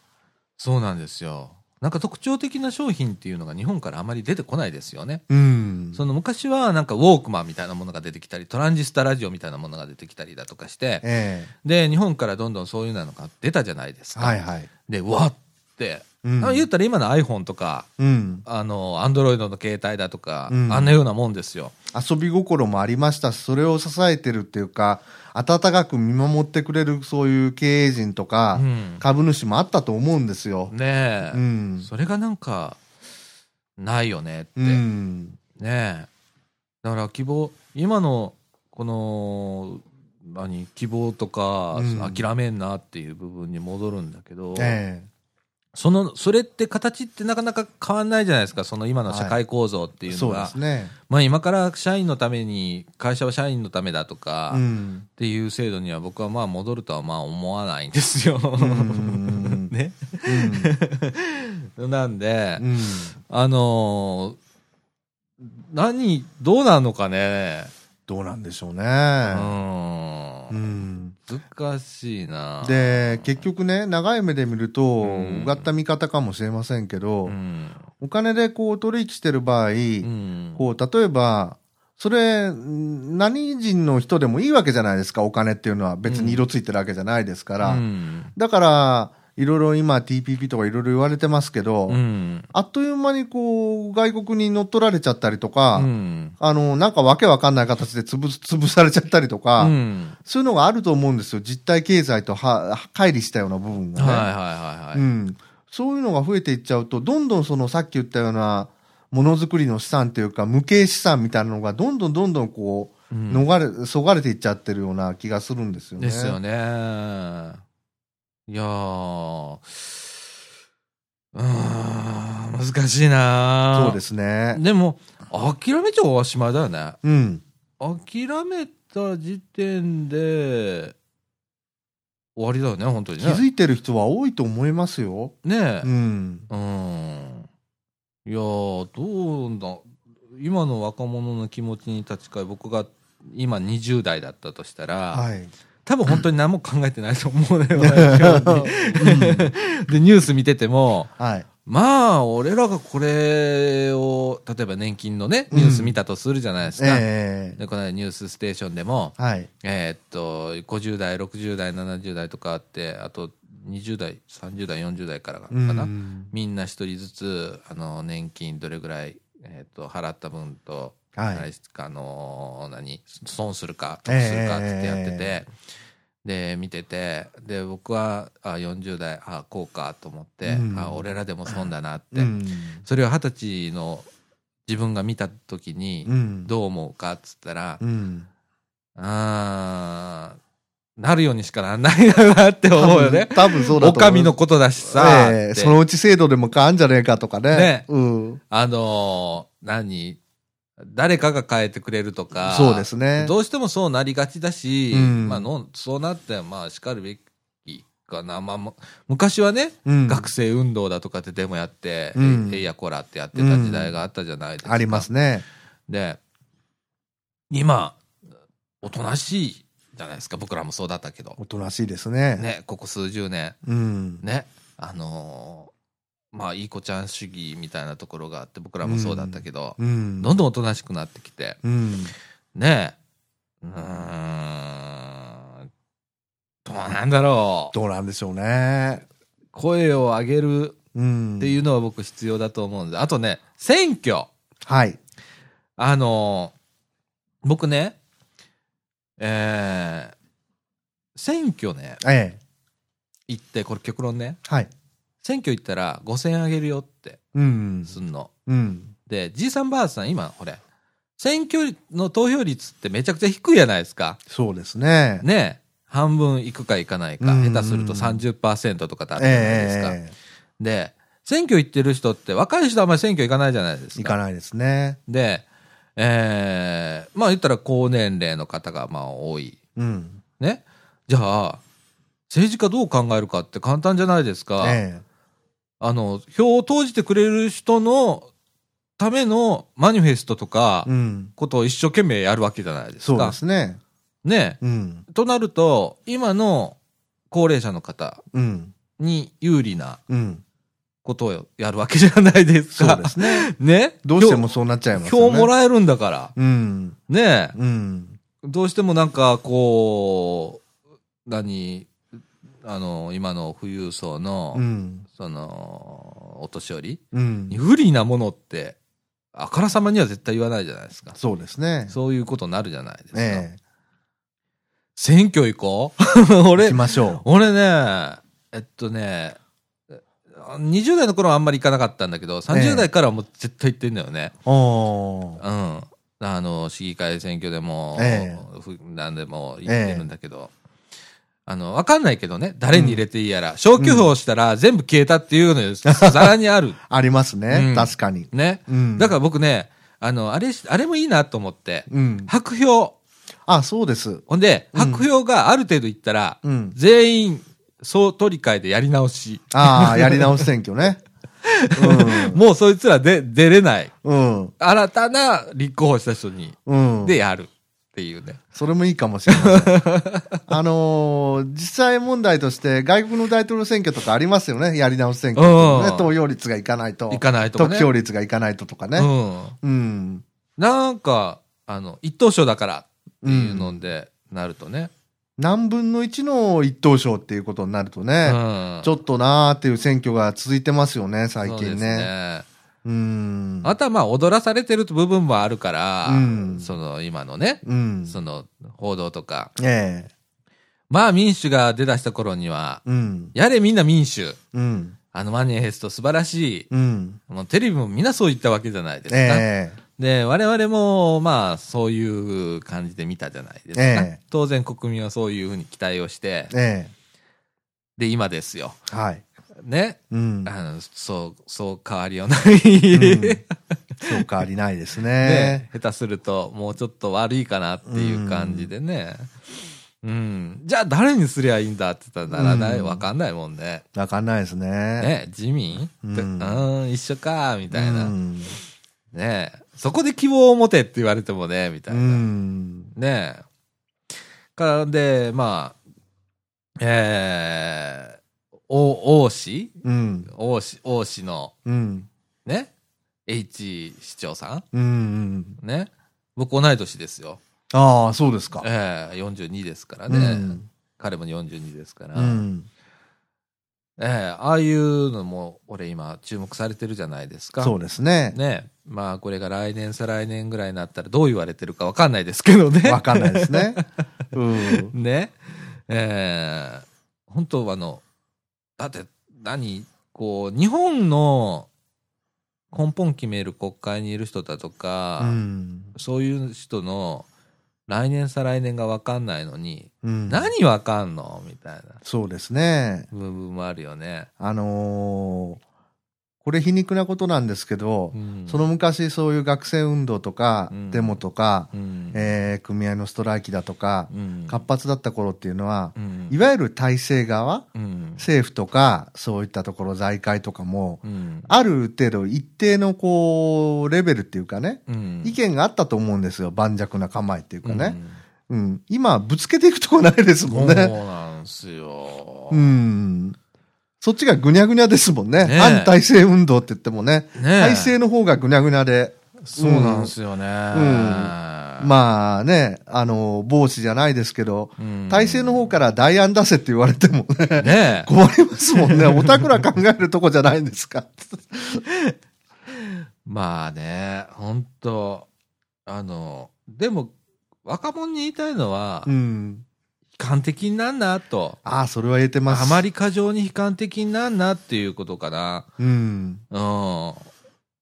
[SPEAKER 1] そうなんですよ。なんか特徴的な商品っていうのが日本からあまり出てこないですよね。
[SPEAKER 2] うん。
[SPEAKER 1] その昔はなんかウォークマンみたいなものが出てきたり、トランジスタラジオみたいなものが出てきたりだとかして、
[SPEAKER 2] え
[SPEAKER 1] で、日本からどんどんそういうのが出たじゃないです
[SPEAKER 2] え
[SPEAKER 1] か。
[SPEAKER 2] はいはい。
[SPEAKER 1] で、うわって。
[SPEAKER 2] うん
[SPEAKER 1] あ言ったら今の iPhone とか、
[SPEAKER 2] うん。
[SPEAKER 1] あの、Android の携帯だとか、
[SPEAKER 2] うん
[SPEAKER 1] あんなようなもんですよ。
[SPEAKER 2] 遊び心もありましたし、それを支えてるっていうか、温かく見守ってくれるそういう経営陣とか、
[SPEAKER 1] うん
[SPEAKER 2] 株主もあったと思うんですよ。
[SPEAKER 1] ねえ、
[SPEAKER 2] うん。
[SPEAKER 1] それがなんかないよねって、
[SPEAKER 2] うん。
[SPEAKER 1] ねえだから希望今のこの何希望とか、
[SPEAKER 2] うん
[SPEAKER 1] 諦めんなっていう部分に戻るんだけど、
[SPEAKER 2] ええ
[SPEAKER 1] そのそれって形ってなかなか変わんないじゃないですかその今の社会構造っていうの
[SPEAKER 2] そう
[SPEAKER 1] が、
[SPEAKER 2] ですね。
[SPEAKER 1] まあ、今から社員のために会社は社員のためだとか、
[SPEAKER 2] う
[SPEAKER 1] っ
[SPEAKER 2] ん。
[SPEAKER 1] ていう制度には僕はまあ戻るとはまあ思わないんですよ。
[SPEAKER 2] ん
[SPEAKER 1] ね、なんで、
[SPEAKER 2] うん。
[SPEAKER 1] あのー何、どうなのかね。
[SPEAKER 2] どうなんでしょう
[SPEAKER 1] う
[SPEAKER 2] ね。
[SPEAKER 1] ー。
[SPEAKER 2] うんん。
[SPEAKER 1] 難しいな。
[SPEAKER 2] で、結局ね、長い目で見ると、
[SPEAKER 1] ん
[SPEAKER 2] うがった見方かもしれませんけど、
[SPEAKER 1] うん。
[SPEAKER 2] お金でこう取引してる場合、
[SPEAKER 1] うん。
[SPEAKER 2] こう、例えば、それ、ん何人の人でもいいわけじゃないですか、お金っていうのは。別に色ついてるわけじゃないですから。
[SPEAKER 1] うん。
[SPEAKER 2] だから、いろいろ今 TPP とかいろいろ言われてますけど、
[SPEAKER 1] うん。
[SPEAKER 2] あっという間にこう、外国に乗っ取られちゃったりとか、
[SPEAKER 1] うん。
[SPEAKER 2] あの、なんかわけわかんない形で潰す、 潰されちゃったりとか、
[SPEAKER 1] うん
[SPEAKER 2] そういうのがあると思うんですよ。実体経済とは、乖離したような部分
[SPEAKER 1] はいはい
[SPEAKER 2] がね。
[SPEAKER 1] はいは
[SPEAKER 2] う
[SPEAKER 1] い。
[SPEAKER 2] ん。そういうのが増えていっちゃうと、どんどんそのさっき言ったような、ものづくりの資産というか、無形資産みたいなのが、どんどんどんどんこう、
[SPEAKER 1] うん
[SPEAKER 2] 逃れ、そがれていっちゃってるような気がするんですよね。
[SPEAKER 1] ですよね。いやー。うーん。難しいな。
[SPEAKER 2] そうですすね。
[SPEAKER 1] でも、諦めちゃおしまいだよね。
[SPEAKER 2] うん。
[SPEAKER 1] 諦めた時点で、終わりだよね、本当に
[SPEAKER 2] 気
[SPEAKER 1] ね。
[SPEAKER 2] づいてる人は多いと思いますよ。
[SPEAKER 1] ね
[SPEAKER 2] う
[SPEAKER 1] え。
[SPEAKER 2] ん。
[SPEAKER 1] うん。いやー、どうだ、今の若者の気持ちに立ち返る、僕が今20代だったとしたら、
[SPEAKER 2] はい。
[SPEAKER 1] 多分本当に何も考えてないと思うね。私 はで、ニュース見てても、
[SPEAKER 2] はい。
[SPEAKER 1] まあ、俺らがこれを、例えば年金のね、ニュース見たとするじゃないですか。
[SPEAKER 2] ええ
[SPEAKER 1] でこの間ニュースステーションでも、
[SPEAKER 2] はい。
[SPEAKER 1] えーっと、50代、60代、70代とかあって、あと20代、30代、40代からかな。
[SPEAKER 2] うん
[SPEAKER 1] みんな一人ずつ、あの、年金どれぐらい、えーっと、払った分と、
[SPEAKER 2] はい
[SPEAKER 1] 何しあのー何、損するか、得するかってやってて、
[SPEAKER 2] え
[SPEAKER 1] で、見てて、で、僕は、あ、40代、あ、こうかと思って、
[SPEAKER 2] うん
[SPEAKER 1] あ、俺らでも損だなって、
[SPEAKER 2] うん。
[SPEAKER 1] それを二十歳の自分が見た時に、
[SPEAKER 2] うん。
[SPEAKER 1] どう思うかっつったら
[SPEAKER 2] う、ん。
[SPEAKER 1] あーなるようにしかならないなって思うよね。
[SPEAKER 2] 多分そうだ
[SPEAKER 1] お
[SPEAKER 2] と思
[SPEAKER 1] か
[SPEAKER 2] う。
[SPEAKER 1] みのことだしさ、
[SPEAKER 2] ええ
[SPEAKER 1] って
[SPEAKER 2] そのうち制度でも変わんじゃねえかとかね。
[SPEAKER 1] ね
[SPEAKER 2] うん。
[SPEAKER 1] あのー何誰かが変えてくれるとか、
[SPEAKER 2] そうですね。
[SPEAKER 1] どうしてもそうなりがちだし、
[SPEAKER 2] うん
[SPEAKER 1] まあの、そうなって、まあ、叱るべきかな。まあ、も昔はね、
[SPEAKER 2] うん
[SPEAKER 1] 学生運動だとかってデモやって、
[SPEAKER 2] うん
[SPEAKER 1] えいやこらってやってた時代があったじゃないですか。
[SPEAKER 2] ありますね。
[SPEAKER 1] で、今、おとなしいじゃないですか。僕らもそうだったけど。
[SPEAKER 2] おとなしいですね。
[SPEAKER 1] ね、ここ数十年、
[SPEAKER 2] うん。
[SPEAKER 1] ね、あのーまあ、いい子ちゃん主義みたいなところがあって、僕らもそうだったけど、
[SPEAKER 2] うん。
[SPEAKER 1] どんどんおとなしくなってきて、
[SPEAKER 2] うん。
[SPEAKER 1] ね、うーん、どうなんだろう。
[SPEAKER 2] どうなんでしょうね。
[SPEAKER 1] 声を上げる
[SPEAKER 2] うん。
[SPEAKER 1] っていうのは僕必要だと思うんで、あとね、選挙。
[SPEAKER 2] はい。
[SPEAKER 1] あのー僕ね、えー選挙ね、
[SPEAKER 2] ええ。
[SPEAKER 1] 行って、これ極論ね、
[SPEAKER 2] はい。
[SPEAKER 1] 選挙行ったら5000円あげるよって
[SPEAKER 2] うん。
[SPEAKER 1] すんの。
[SPEAKER 2] うん。
[SPEAKER 1] で、じいさんばあさん、今、ほれ、選挙の投票率ってめちゃくちゃ低いじゃないですか。
[SPEAKER 2] そうですね。
[SPEAKER 1] ねえ半分いくかいかないか、
[SPEAKER 2] うんうん
[SPEAKER 1] 下手すると30%とかだったじゃないですか。
[SPEAKER 2] ええ。
[SPEAKER 1] で、選挙行ってる人って、若い人はあんまり選挙行かないじゃないです
[SPEAKER 2] い
[SPEAKER 1] か。
[SPEAKER 2] かないですね。
[SPEAKER 1] で、えーまあ言ったら高年齢の方がまあ多い。
[SPEAKER 2] うん。
[SPEAKER 1] ね。じゃあ、政治家どう考えるかって簡単じゃないですか。
[SPEAKER 2] え
[SPEAKER 1] あの、票を投じてくれる人のためのマニフェストとか
[SPEAKER 2] え。う、ん。
[SPEAKER 1] ことを一生懸命やるわけじゃないです
[SPEAKER 2] そう
[SPEAKER 1] か
[SPEAKER 2] で。すね。
[SPEAKER 1] ね。
[SPEAKER 2] うん。
[SPEAKER 1] となると、今の高齢者の方
[SPEAKER 2] うん。
[SPEAKER 1] に有利な
[SPEAKER 2] うん。
[SPEAKER 1] ことをやるわけじゃないです
[SPEAKER 2] そう
[SPEAKER 1] か
[SPEAKER 2] で。すね。
[SPEAKER 1] ね。
[SPEAKER 2] どうしてもそうなっちゃいます
[SPEAKER 1] 票
[SPEAKER 2] よね。
[SPEAKER 1] 票もらえるんだから。
[SPEAKER 2] うん。
[SPEAKER 1] ね。
[SPEAKER 2] うん。
[SPEAKER 1] どうしてもなんか、こう、何、あの、今の富裕層の、
[SPEAKER 2] うん。
[SPEAKER 1] その、お年寄り
[SPEAKER 2] うん
[SPEAKER 1] に。不利なものって、あからさまには絶対言わないじゃないですか。
[SPEAKER 2] そうですね。
[SPEAKER 1] そういうことになるじゃないですか。
[SPEAKER 2] え
[SPEAKER 1] 選挙行こう
[SPEAKER 2] え。行
[SPEAKER 1] 俺
[SPEAKER 2] き、ましょ
[SPEAKER 1] 俺ね、えっとね、20代の頃はあんまり行かなかったんだけど、
[SPEAKER 2] ええ
[SPEAKER 1] 30代からはもう絶対行ってんだよね。
[SPEAKER 2] う。おー
[SPEAKER 1] うん。あの、市議会選挙でも、
[SPEAKER 2] え
[SPEAKER 1] ふ何でも言ってるんだけど、あの、わかんないけどね、誰に入れていいやら、小給票したら全部消えたっていうの よ、ざらにある。
[SPEAKER 2] あります
[SPEAKER 1] うん
[SPEAKER 2] ね。確かに。
[SPEAKER 1] ね。
[SPEAKER 2] うん。
[SPEAKER 1] だから僕ね、あの、あれし、あれもいいなと思って、
[SPEAKER 2] うん。
[SPEAKER 1] 白票。
[SPEAKER 2] あ、そうです。
[SPEAKER 1] ほんで、
[SPEAKER 2] うん
[SPEAKER 1] 白票がある程度いったら、
[SPEAKER 2] うん。
[SPEAKER 1] 全員、総取り替えでやり直し。
[SPEAKER 2] あ あ、やり直し選挙ね。
[SPEAKER 1] もうそいつらで出れない。
[SPEAKER 2] うん。うん。
[SPEAKER 1] 新たな立候補した人に、
[SPEAKER 2] うん。
[SPEAKER 1] でやるっていうね。
[SPEAKER 2] それもいいかもしれません。あのー実際問題として、外国の大統領選挙とかありますよね。やり直し選挙とか
[SPEAKER 1] うん
[SPEAKER 2] ね。投票率がいかないと。
[SPEAKER 1] いかないとかね
[SPEAKER 2] 得票率がいかないととかね。
[SPEAKER 1] うん。
[SPEAKER 2] うん。
[SPEAKER 1] なんか、あの、一等賞だからっていうので、なるとね。
[SPEAKER 2] 何分の1の一等賞っていうことになると
[SPEAKER 1] う
[SPEAKER 2] ね。
[SPEAKER 1] ん。
[SPEAKER 2] ちょっとなーっていう選挙が続いてますよね、最
[SPEAKER 1] そうで
[SPEAKER 2] 近
[SPEAKER 1] す
[SPEAKER 2] ね。
[SPEAKER 1] ね。
[SPEAKER 2] うん。
[SPEAKER 1] あとはまあ、踊らされてる部分もあるから、
[SPEAKER 2] うん
[SPEAKER 1] その、今のね、
[SPEAKER 2] うん。
[SPEAKER 1] その、報道とか。
[SPEAKER 2] ええ。
[SPEAKER 1] まあ、民主が出だした頃には、
[SPEAKER 2] うん。
[SPEAKER 1] やれみんな民主。
[SPEAKER 2] うん。
[SPEAKER 1] あのマニフェスト素晴らしい。
[SPEAKER 2] うん。
[SPEAKER 1] もうテレビもみんなそう言ったわけじゃないですか。
[SPEAKER 2] ええ。
[SPEAKER 1] で、我々も、まあ、そういう感じで見たじゃないですか。
[SPEAKER 2] ええ
[SPEAKER 1] 当然国民はそういうふうに期待をして、
[SPEAKER 2] え
[SPEAKER 1] で、今ですよ。
[SPEAKER 2] え。はい。
[SPEAKER 1] ね。
[SPEAKER 2] うん。
[SPEAKER 1] あの、そう、そう変わりよない、
[SPEAKER 2] うんそう変わりないです
[SPEAKER 1] ね
[SPEAKER 2] ね。
[SPEAKER 1] 下手するともうちょっと悪いかなっていう感じでね。うん。じゃあ誰にすりゃいいんだって言ったらならない、
[SPEAKER 2] うん
[SPEAKER 1] わかんないもんね。
[SPEAKER 2] わかんないですね。
[SPEAKER 1] ね、自民
[SPEAKER 2] うん
[SPEAKER 1] でうん、一緒か、みたいな。
[SPEAKER 2] うん。
[SPEAKER 1] ねそこで希望を持てって言われてもね、みた
[SPEAKER 2] う
[SPEAKER 1] いな。
[SPEAKER 2] ん。
[SPEAKER 1] ねからで、まあ、えー、お、王氏
[SPEAKER 2] うん。
[SPEAKER 1] 王氏、王氏の、
[SPEAKER 2] うん。
[SPEAKER 1] ね、H 市長さ
[SPEAKER 2] うんうん。
[SPEAKER 1] んね。僕同い年ですよ。
[SPEAKER 2] ああ、そうですか。
[SPEAKER 1] ええ42ですから
[SPEAKER 2] う
[SPEAKER 1] ね、
[SPEAKER 2] ん。
[SPEAKER 1] 彼も42ですから、
[SPEAKER 2] うん。
[SPEAKER 1] ええああいうのも俺今注目されてるじゃないですか
[SPEAKER 2] そうですね。
[SPEAKER 1] ねまあこれが来年再来年ぐらいになったらどう言われてるかわかんないですけどね
[SPEAKER 2] わかんないです ね。うん。
[SPEAKER 1] ねええ本当あのだって何こう日本の根本決める国会にいる人だとか、
[SPEAKER 2] うん。
[SPEAKER 1] そういう人の来年再来年がわかんないのに、
[SPEAKER 2] うん
[SPEAKER 1] 何わかんのみたいな
[SPEAKER 2] そうですね。
[SPEAKER 1] 部分もあるよね。
[SPEAKER 2] あのーこれ皮肉なことなんですけど、その昔そういう学生運動とか、
[SPEAKER 1] うん
[SPEAKER 2] デモとか、
[SPEAKER 1] うん、
[SPEAKER 2] えー組合のストライキだとか、
[SPEAKER 1] うん
[SPEAKER 2] 活発だった頃っていうのは、
[SPEAKER 1] うん
[SPEAKER 2] いわゆる体制側、
[SPEAKER 1] うん
[SPEAKER 2] 政府とか、そういったところ、財界とかも、
[SPEAKER 1] うん
[SPEAKER 2] ある程度一定のこう、レベルっていうかね、
[SPEAKER 1] うん
[SPEAKER 2] 意見があったと思うんですよ。盤石な構えっていうかね。うん。今、ぶつけていくとこないです
[SPEAKER 1] うん
[SPEAKER 2] もん
[SPEAKER 1] そう
[SPEAKER 2] ね。
[SPEAKER 1] なんすよ。
[SPEAKER 2] うん。そっちがぐにゃぐにゃですもんね。
[SPEAKER 1] ねえ
[SPEAKER 2] 反体制運動って言ってもね。
[SPEAKER 1] ねえ
[SPEAKER 2] 体制の方がぐにゃぐにゃで。
[SPEAKER 1] そうなんすよね。ま
[SPEAKER 2] まあね、あの、帽子じゃないですけど、
[SPEAKER 1] うん
[SPEAKER 2] 体制の方から代案出せって言われて もね、
[SPEAKER 1] ねえ
[SPEAKER 2] 困りますもんね。オタクら考えるとこじゃないんで すか。
[SPEAKER 1] まあね、本当あの、でも、若者に言いたいのは、
[SPEAKER 2] うん。
[SPEAKER 1] 悲観的になんなと。
[SPEAKER 2] ああ、それは言えてます。
[SPEAKER 1] あまり過剰に悲観的になんなっていうことかな。
[SPEAKER 2] うん。
[SPEAKER 1] うん。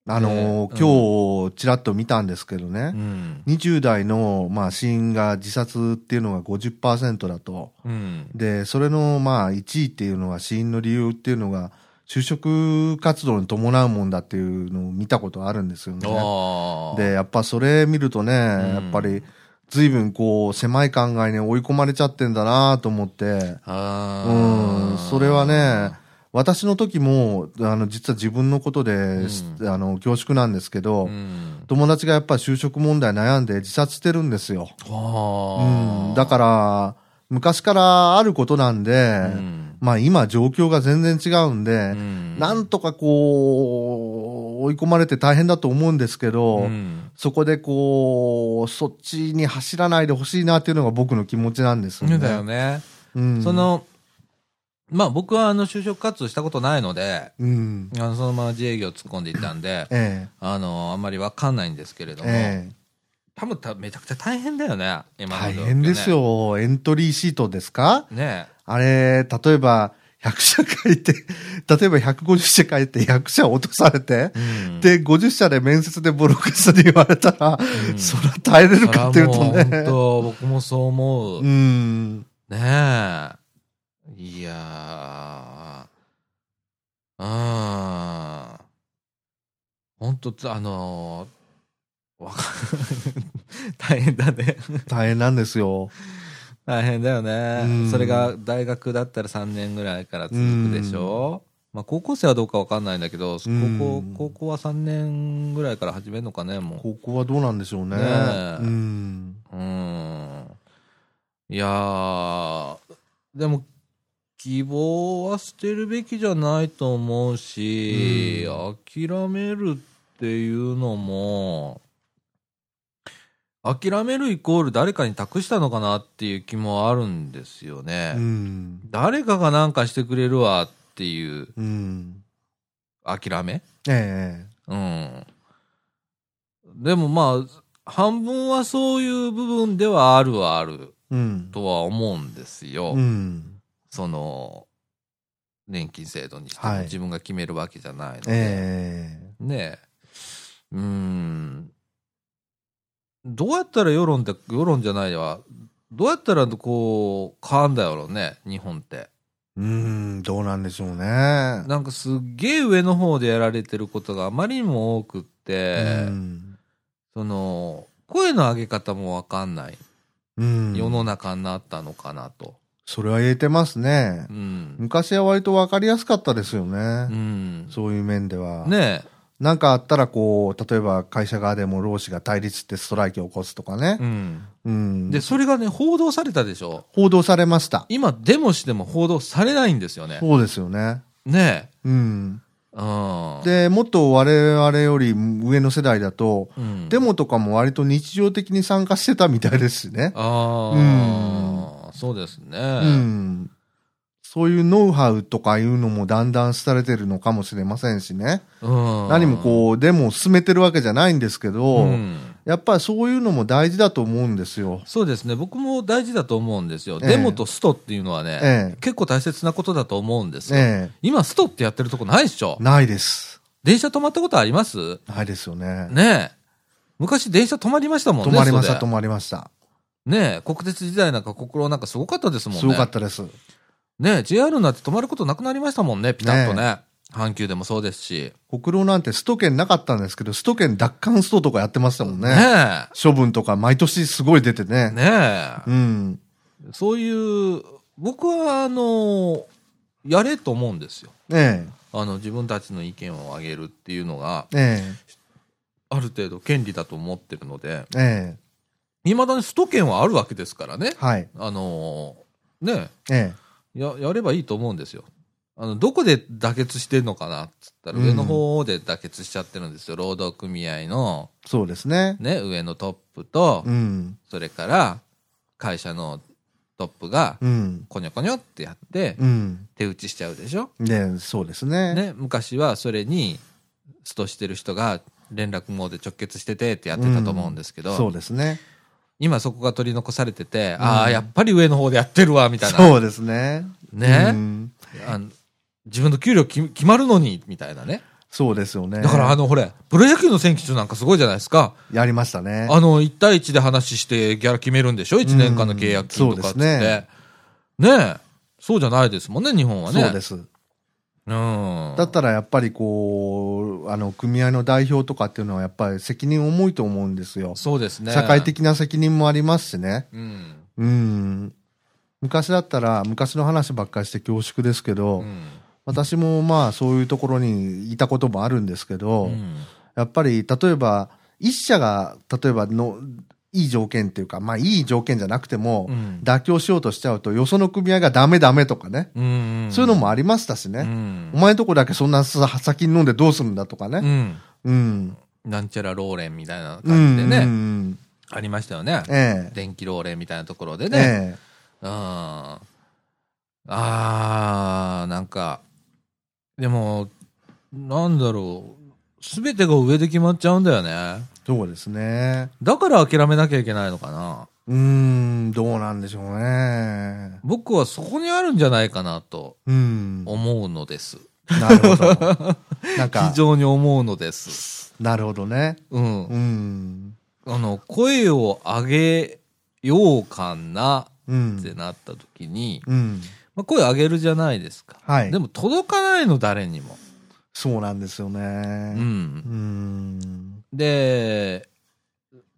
[SPEAKER 2] あのー
[SPEAKER 1] ね
[SPEAKER 2] 今日、ちらっと見たんですけど
[SPEAKER 1] う
[SPEAKER 2] ね、
[SPEAKER 1] ん。
[SPEAKER 2] 20代の、まあ、死因が自殺っていうのが50%だと。
[SPEAKER 1] うん。
[SPEAKER 2] で、それの、まあ、1位っていうのは死因の理由っていうのが、就職活動に伴うもんだっていうのを見たことあるんですよね。
[SPEAKER 1] ああ。
[SPEAKER 2] で、やっぱそれ見るとね、やっぱり、随分こう、狭い考えに追い込まれちゃってんだなと思って、
[SPEAKER 1] ああ。
[SPEAKER 2] うん、それはね、私の時も、あの、実は自分のことで、す
[SPEAKER 1] う
[SPEAKER 2] あの、恐縮なんですけど、
[SPEAKER 1] うん。
[SPEAKER 2] 友達がやっぱり就職問題悩んで自殺してるんですよ。
[SPEAKER 1] あ
[SPEAKER 2] うん、
[SPEAKER 1] あ。
[SPEAKER 2] だから、昔からあることなんで、
[SPEAKER 1] うん
[SPEAKER 2] まあ今状況が全然違うん
[SPEAKER 1] う
[SPEAKER 2] で、
[SPEAKER 1] ん
[SPEAKER 2] なんとかこう、追い込まれて大変だと思うんですけど、
[SPEAKER 1] うん
[SPEAKER 2] そこでこう、そっちに走らないでほしいなっていうのが僕の気持ちなんです
[SPEAKER 1] そ
[SPEAKER 2] よね。
[SPEAKER 1] うだよね。
[SPEAKER 2] うん
[SPEAKER 1] そ、の、まあ僕はあの就職活動したことないので、
[SPEAKER 2] うん。
[SPEAKER 1] あのそのまま自営業突っ込んでいったんで、
[SPEAKER 2] え
[SPEAKER 1] あの、あんまりわかんないんですけれど
[SPEAKER 2] え。
[SPEAKER 1] も、
[SPEAKER 2] ええ。
[SPEAKER 1] 多分ためちゃくちゃ大変だよね、今の状
[SPEAKER 2] 大
[SPEAKER 1] 況ね
[SPEAKER 2] 変です。よ。エントリーシートですか
[SPEAKER 1] ね
[SPEAKER 2] あれ、例えば、100社書いて、 例えば150社書いて100社落とされて、
[SPEAKER 1] え。うん
[SPEAKER 2] で、50社で面接でボロクソに言われたら、
[SPEAKER 1] うん
[SPEAKER 2] そりゃ耐えれるかっていうと
[SPEAKER 1] それはもう本
[SPEAKER 2] ね。
[SPEAKER 1] 当、僕もそう思う。
[SPEAKER 2] う
[SPEAKER 1] ね
[SPEAKER 2] ん。
[SPEAKER 1] え。いやー。うん。本当つあのー、わか 大変だね。
[SPEAKER 2] 大変なんですよ。
[SPEAKER 1] 大変だよ
[SPEAKER 2] う
[SPEAKER 1] ね。
[SPEAKER 2] ん
[SPEAKER 1] それが大学だったら3年ぐらいから続くでしょ。まあ高校生はどうかわかんないんだけど、
[SPEAKER 2] う
[SPEAKER 1] 高
[SPEAKER 2] ん
[SPEAKER 1] 校、高校は3年ぐらいから始めるのかね、もう。
[SPEAKER 2] ここはどうなんでしょうね。
[SPEAKER 1] ねえ
[SPEAKER 2] うん。
[SPEAKER 1] うん。いやー、でも、希望は捨てるべきじゃないと思うし、諦めるっていうのも、諦めるイコール誰かに託したのかなっていう気もあるんですよね。
[SPEAKER 2] うん。
[SPEAKER 1] 誰かが何かしてくれるわっていう
[SPEAKER 2] うん。
[SPEAKER 1] 諦め
[SPEAKER 2] え
[SPEAKER 1] うん。でもまあ、半分はそういう部分ではあるはある。
[SPEAKER 2] えうん。
[SPEAKER 1] とは思うんですよ。
[SPEAKER 2] うん。
[SPEAKER 1] その、年金制度にして
[SPEAKER 2] は
[SPEAKER 1] も
[SPEAKER 2] い
[SPEAKER 1] 自分が決めるわけじゃないので。
[SPEAKER 2] ええ
[SPEAKER 1] ねえ。うーん。どうやったら世論って、世論じゃないわ。どうやったらこう、変わんだろうね、日本って。
[SPEAKER 2] うん、どうなんでしょうね。
[SPEAKER 1] なんかすっげえ上の方でやられてることがあまりにも多くっって、
[SPEAKER 2] うん
[SPEAKER 1] その、声の上げ方もわかんない、
[SPEAKER 2] うん
[SPEAKER 1] 世の中になったのかなと。
[SPEAKER 2] それは言えてますね
[SPEAKER 1] う。ん。
[SPEAKER 2] 昔は割と分かりやすかったですよ
[SPEAKER 1] う
[SPEAKER 2] ね。
[SPEAKER 1] ん。
[SPEAKER 2] そういう面では。
[SPEAKER 1] ね
[SPEAKER 2] なんかあったらこう、例えば会社側でも労使が対立してストライキを起こすとかね
[SPEAKER 1] え。。うん。
[SPEAKER 2] うん。
[SPEAKER 1] で、それがね、報道されたでしょ。
[SPEAKER 2] 報道されました。
[SPEAKER 1] 今、デモしても報道されないんですよね。
[SPEAKER 2] そうですよね。
[SPEAKER 1] ね
[SPEAKER 2] うん。
[SPEAKER 1] え。うん。、
[SPEAKER 2] で、もっと我々より上の世代だと、
[SPEAKER 1] うん、
[SPEAKER 2] デモとかも割と日常的に参加してたみたいですしね。
[SPEAKER 1] ああ、そうですね。
[SPEAKER 2] うん。そういうノウハウとかいうのもだんだん廃れてるのかもしれませんしね。
[SPEAKER 1] うん
[SPEAKER 2] 何もこう、デモを進めてるわけじゃないんですけど、
[SPEAKER 1] うん
[SPEAKER 2] やっぱりそういうのも大事だと思うんですよ。
[SPEAKER 1] そうですね、僕も大事だと思うんですよ、
[SPEAKER 2] ええ
[SPEAKER 1] デモとストっていうのはね、
[SPEAKER 2] ええ
[SPEAKER 1] 結構大切なことだと思うんですよ、
[SPEAKER 2] え
[SPEAKER 1] 今、ストってやってるとこないでしょ
[SPEAKER 2] え、、ないです。
[SPEAKER 1] 電車止まったことあります
[SPEAKER 2] ないですよね。
[SPEAKER 1] ねえ、昔、電車止まりましたもん
[SPEAKER 2] 止
[SPEAKER 1] ね、
[SPEAKER 2] まりました、
[SPEAKER 1] そ
[SPEAKER 2] 止
[SPEAKER 1] れ
[SPEAKER 2] まりました。
[SPEAKER 1] ねえ、国鉄時代なんか、心なんかすごかったですもんね、
[SPEAKER 2] すごかったです。
[SPEAKER 1] ねえ、JR になって止まることなくなりましたもんね、ピタッとね、阪急でもそうですし、
[SPEAKER 2] 国労なんて首都圏なかったんですけど、首都圏奪還ストとかやってましたもんね。
[SPEAKER 1] ね
[SPEAKER 2] 処分とか毎年すごい出てね。
[SPEAKER 1] え、ねえ、
[SPEAKER 2] うん。
[SPEAKER 1] そういう、僕は、あの、やれと思うんですよ。
[SPEAKER 2] え
[SPEAKER 1] あの自分たちの意見を上げるっていうのが
[SPEAKER 2] え、え
[SPEAKER 1] ある程度権利だと思ってるので、
[SPEAKER 2] え、え
[SPEAKER 1] いまだに首都圏はあるわけですからね
[SPEAKER 2] え、、はい。
[SPEAKER 1] あのーね
[SPEAKER 2] え
[SPEAKER 1] えや、やればいいと思うんですよ。あのどこで妥結してるのかなっつったら、
[SPEAKER 2] うん
[SPEAKER 1] 上の方で妥結しちゃってるんですよ、労働組合の、
[SPEAKER 2] え、そうですね。
[SPEAKER 1] ね、上のトップと、
[SPEAKER 2] うん。
[SPEAKER 1] それから会社のトップが、
[SPEAKER 2] うん。
[SPEAKER 1] こにょこにょってやって、
[SPEAKER 2] うん。
[SPEAKER 1] 手打ちしちゃうでしょ。
[SPEAKER 2] ねそうですね。
[SPEAKER 1] ね、昔はそれにストしてる人が連絡網で直結しててってやってたと思うんですけど、
[SPEAKER 2] そうですね。
[SPEAKER 1] 今そこが取り残されてて、
[SPEAKER 2] ん
[SPEAKER 1] ああやっぱり上の方でやってるわみたいな
[SPEAKER 2] そうですね。
[SPEAKER 1] ね
[SPEAKER 2] うん
[SPEAKER 1] あの自分の給料き決まるのにみたいなね
[SPEAKER 2] そうですよね。
[SPEAKER 1] だからあのほれプロ野球の選手なんかすごいじゃないですか、
[SPEAKER 2] やりましたね。
[SPEAKER 1] あの1対1で話してギャラ決めるんでしょ1年間の契約金とかっつって、
[SPEAKER 2] うんそうで
[SPEAKER 1] ねえそうじゃないですもんね日本はね
[SPEAKER 2] そうです。
[SPEAKER 1] うん
[SPEAKER 2] だったらやっぱりこう、あの、組合の代表とかっていうのはやっぱり責任重いと思うんですよ。
[SPEAKER 1] そうですね
[SPEAKER 2] 社会的な責任もありますしね。
[SPEAKER 1] うん、
[SPEAKER 2] うん。昔だったら、昔の話ばっかりして恐縮ですけど、
[SPEAKER 1] うん
[SPEAKER 2] 私もまあそういうところにいたこともあるんですけど、
[SPEAKER 1] うん
[SPEAKER 2] やっぱり例えば、一社が、例えばの、いい条件っていうか、まあいい条件じゃなくても、
[SPEAKER 1] うん
[SPEAKER 2] 妥協しようとしちゃうと、よその組合がダメダメとかね、
[SPEAKER 1] うん
[SPEAKER 2] そういうのもありましたしね。
[SPEAKER 1] うん
[SPEAKER 2] お前んとこだけそんなさ先に飲んでどうするんだとか
[SPEAKER 1] う
[SPEAKER 2] ね。
[SPEAKER 1] ん、
[SPEAKER 2] うん。
[SPEAKER 1] なんちゃらローレンみたいな
[SPEAKER 2] う
[SPEAKER 1] 感じで
[SPEAKER 2] ん
[SPEAKER 1] ね、
[SPEAKER 2] うん
[SPEAKER 1] ありましたよね、
[SPEAKER 2] ええ。
[SPEAKER 1] 電気ローレンみたいなところでね、
[SPEAKER 2] ええ。
[SPEAKER 1] うんああなんかでもなんだろう全てが上で決まっちゃうんだよね
[SPEAKER 2] そうですね。
[SPEAKER 1] だから諦めなきゃいけないのかな
[SPEAKER 2] うーん、どうなんでしょうね。
[SPEAKER 1] 僕はそこにあるんじゃないかなと
[SPEAKER 2] うん。
[SPEAKER 1] 思うのです
[SPEAKER 2] なるほど。 なんか
[SPEAKER 1] 非、常に思うのです
[SPEAKER 2] なるほどね。
[SPEAKER 1] うん
[SPEAKER 2] うん。
[SPEAKER 1] あの声を上げようかな
[SPEAKER 2] う
[SPEAKER 1] って
[SPEAKER 2] ん。
[SPEAKER 1] なった時に、
[SPEAKER 2] うん。
[SPEAKER 1] まあ、声上げるじゃないですか、
[SPEAKER 2] はい
[SPEAKER 1] でも届かないの誰にも、
[SPEAKER 2] そうなんですよ
[SPEAKER 1] う
[SPEAKER 2] ね。
[SPEAKER 1] ん
[SPEAKER 2] う、ん。
[SPEAKER 1] で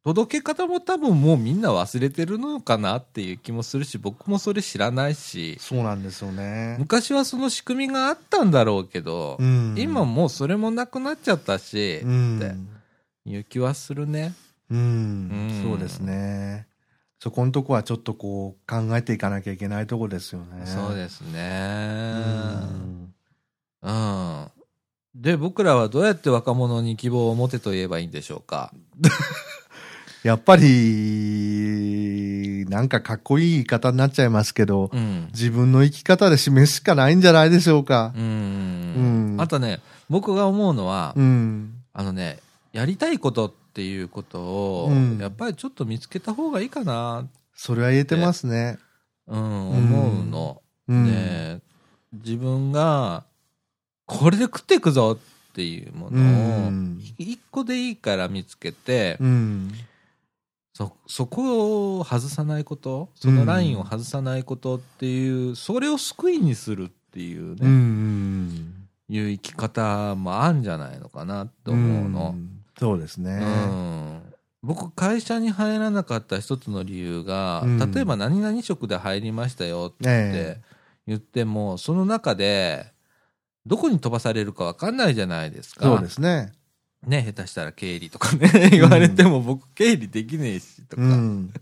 [SPEAKER 1] 届け方も多分もうみんな忘れてるのかなっていう気もするし僕もそれ知らないし
[SPEAKER 2] そうなんですよね。
[SPEAKER 1] 昔はその仕組みがあったんだろうけど、
[SPEAKER 2] うん。
[SPEAKER 1] 今もうそれもなくなっちゃったし、
[SPEAKER 2] うん
[SPEAKER 1] っていう気はするね
[SPEAKER 2] うん
[SPEAKER 1] うん。
[SPEAKER 2] そうですね。そこのとこはちょっとこう考えていかなきゃいけないとこですよね。
[SPEAKER 1] そうですね
[SPEAKER 2] う
[SPEAKER 1] う
[SPEAKER 2] ん
[SPEAKER 1] んで僕らはどうやって若者に希望を持てと言えばいいんでしょうか
[SPEAKER 2] やっぱり、なんかかっこいい言い方になっちゃいますけど、
[SPEAKER 1] うん
[SPEAKER 2] 自分の生き方で示すしかないんじゃないでしょうか
[SPEAKER 1] う。ん
[SPEAKER 2] うん
[SPEAKER 1] あとね僕が思うのは、
[SPEAKER 2] うん。
[SPEAKER 1] あのねやりたいことっていうことを、
[SPEAKER 2] うん
[SPEAKER 1] やっぱりちょっと見つけた方がいいかな、
[SPEAKER 2] それは言えてますね。
[SPEAKER 1] うん、思うの、
[SPEAKER 2] うん。
[SPEAKER 1] ね自分がこれで食っていくぞっていうも
[SPEAKER 2] う
[SPEAKER 1] のを、
[SPEAKER 2] ん。
[SPEAKER 1] 一個でいいから見つけて、
[SPEAKER 2] うん。
[SPEAKER 1] そそこを外さないことそのラインを外さないことっていう、それを救いにするっていうね、
[SPEAKER 2] うん。
[SPEAKER 1] いう生き方もあるんじゃないのかなって思うの、
[SPEAKER 2] んそうですね。
[SPEAKER 1] うん僕会社に入らなかった一つの理由が、
[SPEAKER 2] うん
[SPEAKER 1] 例えば何々職で入りましたよって
[SPEAKER 2] え
[SPEAKER 1] 言っても、その中でどこに飛ばされるか分かんないじゃないです
[SPEAKER 2] え
[SPEAKER 1] か
[SPEAKER 2] そうですね。
[SPEAKER 1] ね下手したら経理とかね 言われても僕経理できねえしとか、
[SPEAKER 2] うん。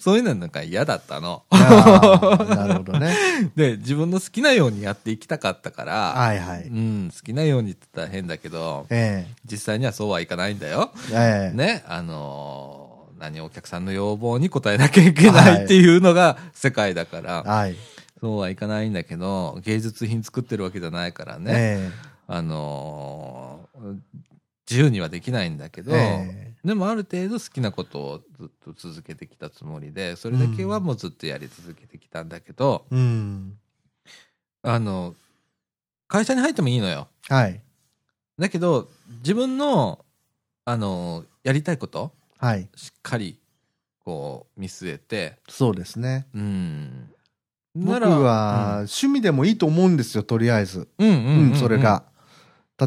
[SPEAKER 1] そういうのなんか嫌だったの
[SPEAKER 2] あーなるほどね。
[SPEAKER 1] で自分の好きなようにやっていきたかったから、
[SPEAKER 2] はいはい。
[SPEAKER 1] うん、好きなようにって言ったら変だけど
[SPEAKER 2] え
[SPEAKER 1] 実際にはそうはいかないんだよ
[SPEAKER 2] えええ
[SPEAKER 1] ね、あのー何お客さんの要望に応えなきゃいけないっていうのが世界だから、
[SPEAKER 2] はい。
[SPEAKER 1] そうはいかないんだけど、芸術品作ってるわけじゃないからね、
[SPEAKER 2] え
[SPEAKER 1] あのー自由にはできないんだけど、
[SPEAKER 2] え
[SPEAKER 1] でもある程度好きなことをずっと続けてきたつもりで、それだけはもうずっとやり続けてきたんだけど、
[SPEAKER 2] えうん。
[SPEAKER 1] あの、会社に入ってもいいのよ。
[SPEAKER 2] はい。
[SPEAKER 1] だけど、自分の、あのーやりたいこと、
[SPEAKER 2] はい。
[SPEAKER 1] しっかりこう見据えて
[SPEAKER 2] そうですね。
[SPEAKER 1] うん
[SPEAKER 2] 僕は、趣味でもいいと思うんですよ、とりあえず。
[SPEAKER 1] うんうん
[SPEAKER 2] う
[SPEAKER 1] うんうん
[SPEAKER 2] ん、それが。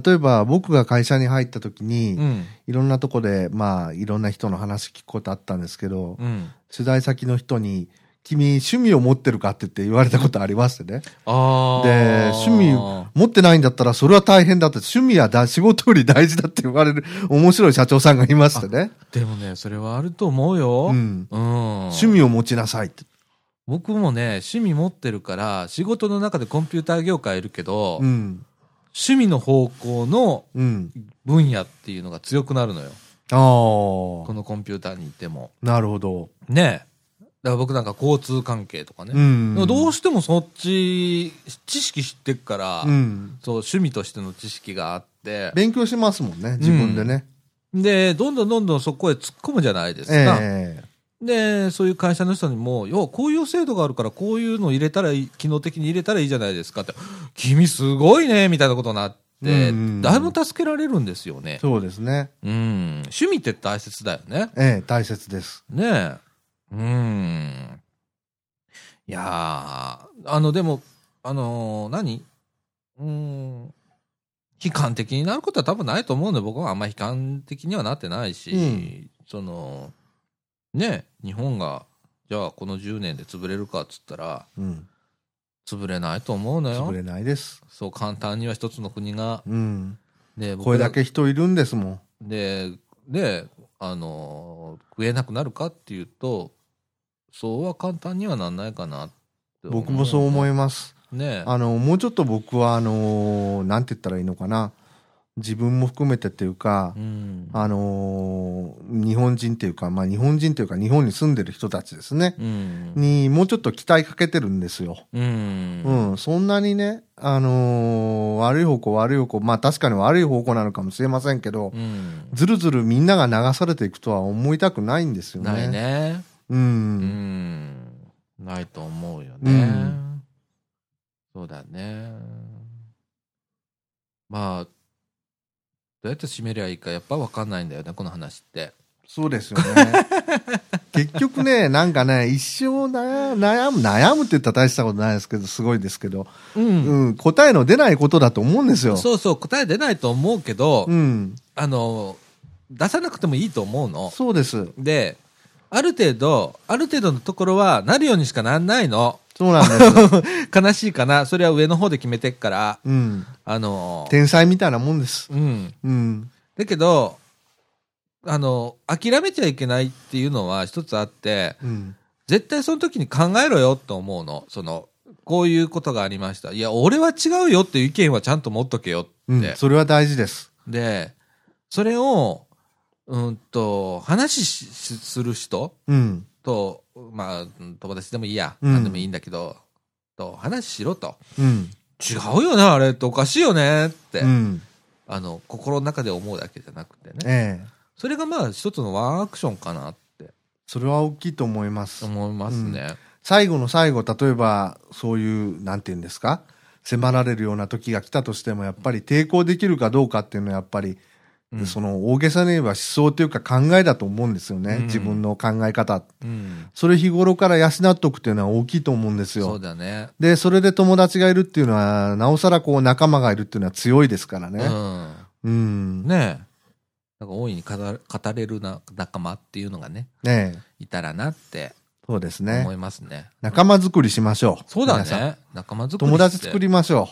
[SPEAKER 2] 例えば僕が会社に入った時に、
[SPEAKER 1] うん
[SPEAKER 2] いろんなとこで、まあ、いろんな人の話聞くことあったんですけど、
[SPEAKER 1] うん
[SPEAKER 2] 取材先の人に、君、趣味を持ってるかって言って言われたことありましてね。
[SPEAKER 1] あ
[SPEAKER 2] で
[SPEAKER 1] ー
[SPEAKER 2] 趣味持ってないんだったら、それは大変だって、趣味はだ仕事より大事だって言われる、面白い社長さんがいましてね。
[SPEAKER 1] でもねそれはあると思うよ、
[SPEAKER 2] う
[SPEAKER 1] うん
[SPEAKER 2] ん。趣味を持ちなさいって。
[SPEAKER 1] 僕もね趣味持ってるから仕事の中でコンピューター業界いるけど、
[SPEAKER 2] うん。
[SPEAKER 1] 趣味の方向の
[SPEAKER 2] うん。
[SPEAKER 1] 分野っていうのが強くなるのよ
[SPEAKER 2] あ
[SPEAKER 1] こ
[SPEAKER 2] あ。
[SPEAKER 1] のコンピューターにいても
[SPEAKER 2] なるほど。
[SPEAKER 1] ねえだから僕なんか交通関係とかね、
[SPEAKER 2] うん。
[SPEAKER 1] どう
[SPEAKER 2] し
[SPEAKER 1] してもそっち知識知ってっから、
[SPEAKER 2] うん。
[SPEAKER 1] そう、趣味としての知識があって、
[SPEAKER 2] 勉強しますもんね、自分でね。
[SPEAKER 1] で、どんどんどんどんそこへ突っ込むじゃないですか。
[SPEAKER 2] ええ
[SPEAKER 1] で、そういう会社の人にも、よ、こういう制度があるから、こういうの入れたらいい、機能的に入れたらいいじゃないですかって、君すごいね、みたいなことになって、
[SPEAKER 2] うんうん
[SPEAKER 1] だいぶ助けられるんですよね。
[SPEAKER 2] そうですね。
[SPEAKER 1] うん。趣味って大切だよね。
[SPEAKER 2] ええ大切です。
[SPEAKER 1] ねえ。うん。いやー、あの、でも、あのー何うん。悲観的になることは多分ないと思うんで、僕はあんまり悲観的にはなってないし、
[SPEAKER 2] うん
[SPEAKER 1] その、ねえ、日本が、じゃあこの10年で潰れるかっつったら、
[SPEAKER 2] うん。
[SPEAKER 1] 潰れないと思うの
[SPEAKER 2] 潰
[SPEAKER 1] よ。
[SPEAKER 2] れないです。
[SPEAKER 1] そう簡単には一つの国が、
[SPEAKER 2] うん。
[SPEAKER 1] で、僕
[SPEAKER 2] これ
[SPEAKER 1] ら
[SPEAKER 2] だけ人いるんですもん。
[SPEAKER 1] で、で、あのー食えなくなるかっていうと、そうは簡単にはなんないかなって
[SPEAKER 2] 僕もそう思
[SPEAKER 1] い
[SPEAKER 2] います。
[SPEAKER 1] ねえ
[SPEAKER 2] あの、もうちょっと僕は、あのーなんて言ったらいいのかな。自分も含めてっていうか
[SPEAKER 1] う、ん。
[SPEAKER 2] あのー日本人っていうか、まあ日本人というか日本に住んでる人たちですね。
[SPEAKER 1] うん。
[SPEAKER 2] に、もうちょっと期待かけてるんですよ。
[SPEAKER 1] うん。
[SPEAKER 2] うん、そんなにね、あのー悪い方向悪い方向、まあ確かに悪い方向なのかもしれませんけど
[SPEAKER 1] う、ん。
[SPEAKER 2] ずるずるみんなが流されていくとは思いたくないんですよね。
[SPEAKER 1] ないね。
[SPEAKER 2] う。
[SPEAKER 1] うんん。ないと思うよね。
[SPEAKER 2] うん
[SPEAKER 1] そうだね。まあ、どうやって締めりゃいいかやっぱ分かんないんだよね、この話って。
[SPEAKER 2] そうです よね。結局ね、なんかね、一生悩悩む、悩むって言ったら大したことないですけど、すごいですけど、
[SPEAKER 1] う。
[SPEAKER 2] うんん、答えの出ないことだと思うんですよ。
[SPEAKER 1] そうそう、答え出ないと思うけど、
[SPEAKER 2] うん、
[SPEAKER 1] あの、出さなくてもいいと思うの。
[SPEAKER 2] そうです。
[SPEAKER 1] で、ある程度、ある程度のところは、なるようにしかなんないの。
[SPEAKER 2] そうなん です。
[SPEAKER 1] 悲しいかな。それは上の方で決めてっから、
[SPEAKER 2] うん、
[SPEAKER 1] あの、
[SPEAKER 2] 天才みたいなもんです。
[SPEAKER 1] うん。
[SPEAKER 2] うん、
[SPEAKER 1] だけど、あの、諦めちゃいけないっていうのは一つあって、
[SPEAKER 2] うん、
[SPEAKER 1] 絶対その時に考えろよと思うの。その、こういうことがありました。いや、俺は違うよっていう意見はちゃんと持っとけよって。
[SPEAKER 2] うん、それは大事です。
[SPEAKER 1] で、それを、うんと、話ししする人
[SPEAKER 2] うん、
[SPEAKER 1] と、まあ、うん友達でもいいや、
[SPEAKER 2] うん
[SPEAKER 1] 何でもいいんだけど、と、話しろと。
[SPEAKER 2] うん、
[SPEAKER 1] 違うよね、あれっておかしいよねって、
[SPEAKER 2] うん、
[SPEAKER 1] あの、心の中で思うだけじゃなくてね。
[SPEAKER 2] ええ、
[SPEAKER 1] それがまあ、一つのワンアクションかなって
[SPEAKER 2] それは大きいと思います。
[SPEAKER 1] 思いますね。
[SPEAKER 2] 最後の最後、例えば、そういう、なんて言うんですか、迫られるような時が来たとしても、やっぱり抵抗できるかどうかっていうのは、やっぱり、
[SPEAKER 1] うん
[SPEAKER 2] その大げさに言えば思想というか考えだと思うんですよね。
[SPEAKER 1] うん
[SPEAKER 2] 自分の考え方。
[SPEAKER 1] うん。
[SPEAKER 2] それ日頃から養っとくっていうのは大きいと思うんです
[SPEAKER 1] そう
[SPEAKER 2] よ。
[SPEAKER 1] だね。
[SPEAKER 2] で、それで友達がいるっていうのは、なおさらこう仲間がいるっていうのは強いですから
[SPEAKER 1] う
[SPEAKER 2] ね。
[SPEAKER 1] ん。
[SPEAKER 2] うん。
[SPEAKER 1] ねなんか大いに語る語れるな仲間っていうのがね、
[SPEAKER 2] ねえ
[SPEAKER 1] いたらなって
[SPEAKER 2] そうです
[SPEAKER 1] 思
[SPEAKER 2] ね。
[SPEAKER 1] いますね。
[SPEAKER 2] 仲間作りしましょう。
[SPEAKER 1] そうだ
[SPEAKER 2] 皆さん。
[SPEAKER 1] ね。仲間作りして。
[SPEAKER 2] 友達作りましょ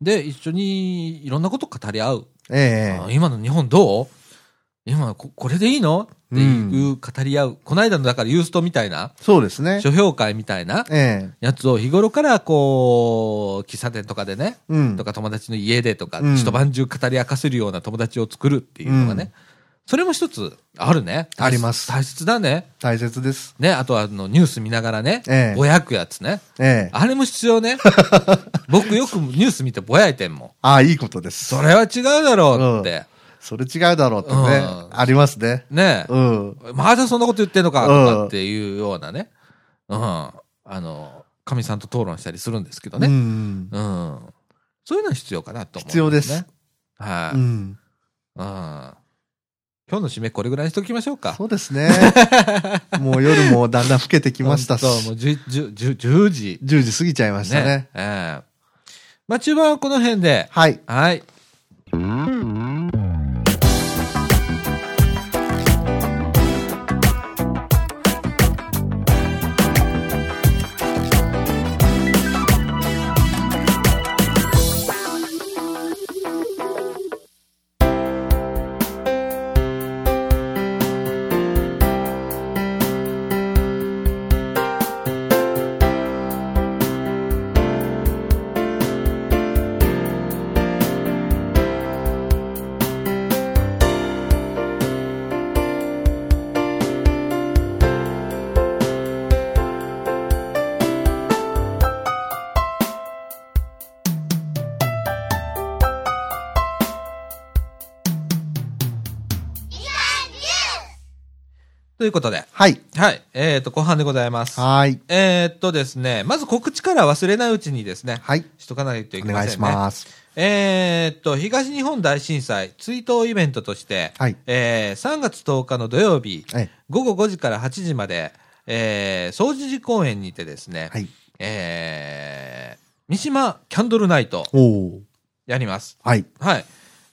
[SPEAKER 1] で、一緒にいろんなこと語り合う。
[SPEAKER 2] う。え
[SPEAKER 1] あ今の日本どう今こ、これでいいのっていう語り合う。この間のだからユーストみたいな
[SPEAKER 2] え、そうですね。
[SPEAKER 1] 書評会みたいな
[SPEAKER 2] ええ、
[SPEAKER 1] やつを日頃からこう、喫茶店とかでね、
[SPEAKER 2] うん
[SPEAKER 1] と。か友達の家でとか、
[SPEAKER 2] うん
[SPEAKER 1] 一晩中語り明かせるような友達を作るっていうのがね、
[SPEAKER 2] うん
[SPEAKER 1] それも一つあるね。
[SPEAKER 2] あります
[SPEAKER 1] 大切だね。
[SPEAKER 2] 大切です。
[SPEAKER 1] ね、あとはあのニュース見ながらね、
[SPEAKER 2] ええ
[SPEAKER 1] ぼやくやつね。
[SPEAKER 2] ええ。
[SPEAKER 1] あれも必要ね。 僕よくニュース見てぼやいてんもん。
[SPEAKER 2] ああ、いいことです。
[SPEAKER 1] それは違うだろうって。
[SPEAKER 2] それ違うだろうってね、
[SPEAKER 1] うん
[SPEAKER 2] ありますね。
[SPEAKER 1] ねえ、
[SPEAKER 2] うん。
[SPEAKER 1] まだそんなこと言ってんのかと
[SPEAKER 2] うん
[SPEAKER 1] かっていうようなね。うん。あの、かみさんと討論したりするんですけど
[SPEAKER 2] う
[SPEAKER 1] ね。
[SPEAKER 2] ん。
[SPEAKER 1] うん。そういうのは必要かなと思う、
[SPEAKER 2] 必要です。
[SPEAKER 1] はい、
[SPEAKER 2] うん。
[SPEAKER 1] うん。今日の締めこれぐらいにしときましょうか。
[SPEAKER 2] そうです ね。もう夜もだんだん更けてきましたし、
[SPEAKER 1] そう、もう10、10、10 10時。
[SPEAKER 2] 10時過ぎちゃいましたね。
[SPEAKER 1] ね。ええまあ、中盤はこの辺で。
[SPEAKER 2] はい。
[SPEAKER 1] はい。ということで。
[SPEAKER 2] はい。
[SPEAKER 1] はい。えっ、と、後半でございます。
[SPEAKER 2] はい。
[SPEAKER 1] えーっとですね、まず告知から忘れないうちにですね、
[SPEAKER 2] はい。
[SPEAKER 1] しとかないとい
[SPEAKER 2] お
[SPEAKER 1] けま
[SPEAKER 2] 願い
[SPEAKER 1] せ
[SPEAKER 2] し
[SPEAKER 1] んね。
[SPEAKER 2] ます。
[SPEAKER 1] えーっと、東日本大震災追悼イベントとして、
[SPEAKER 2] はい
[SPEAKER 1] えー3月10日の土曜日、
[SPEAKER 2] え
[SPEAKER 1] 午後5時から8時まで、えー、総除寺公園にてですね、
[SPEAKER 2] はい。
[SPEAKER 1] えー三島キャンドルナイト
[SPEAKER 2] おお。
[SPEAKER 1] やります。
[SPEAKER 2] はい。
[SPEAKER 1] はい。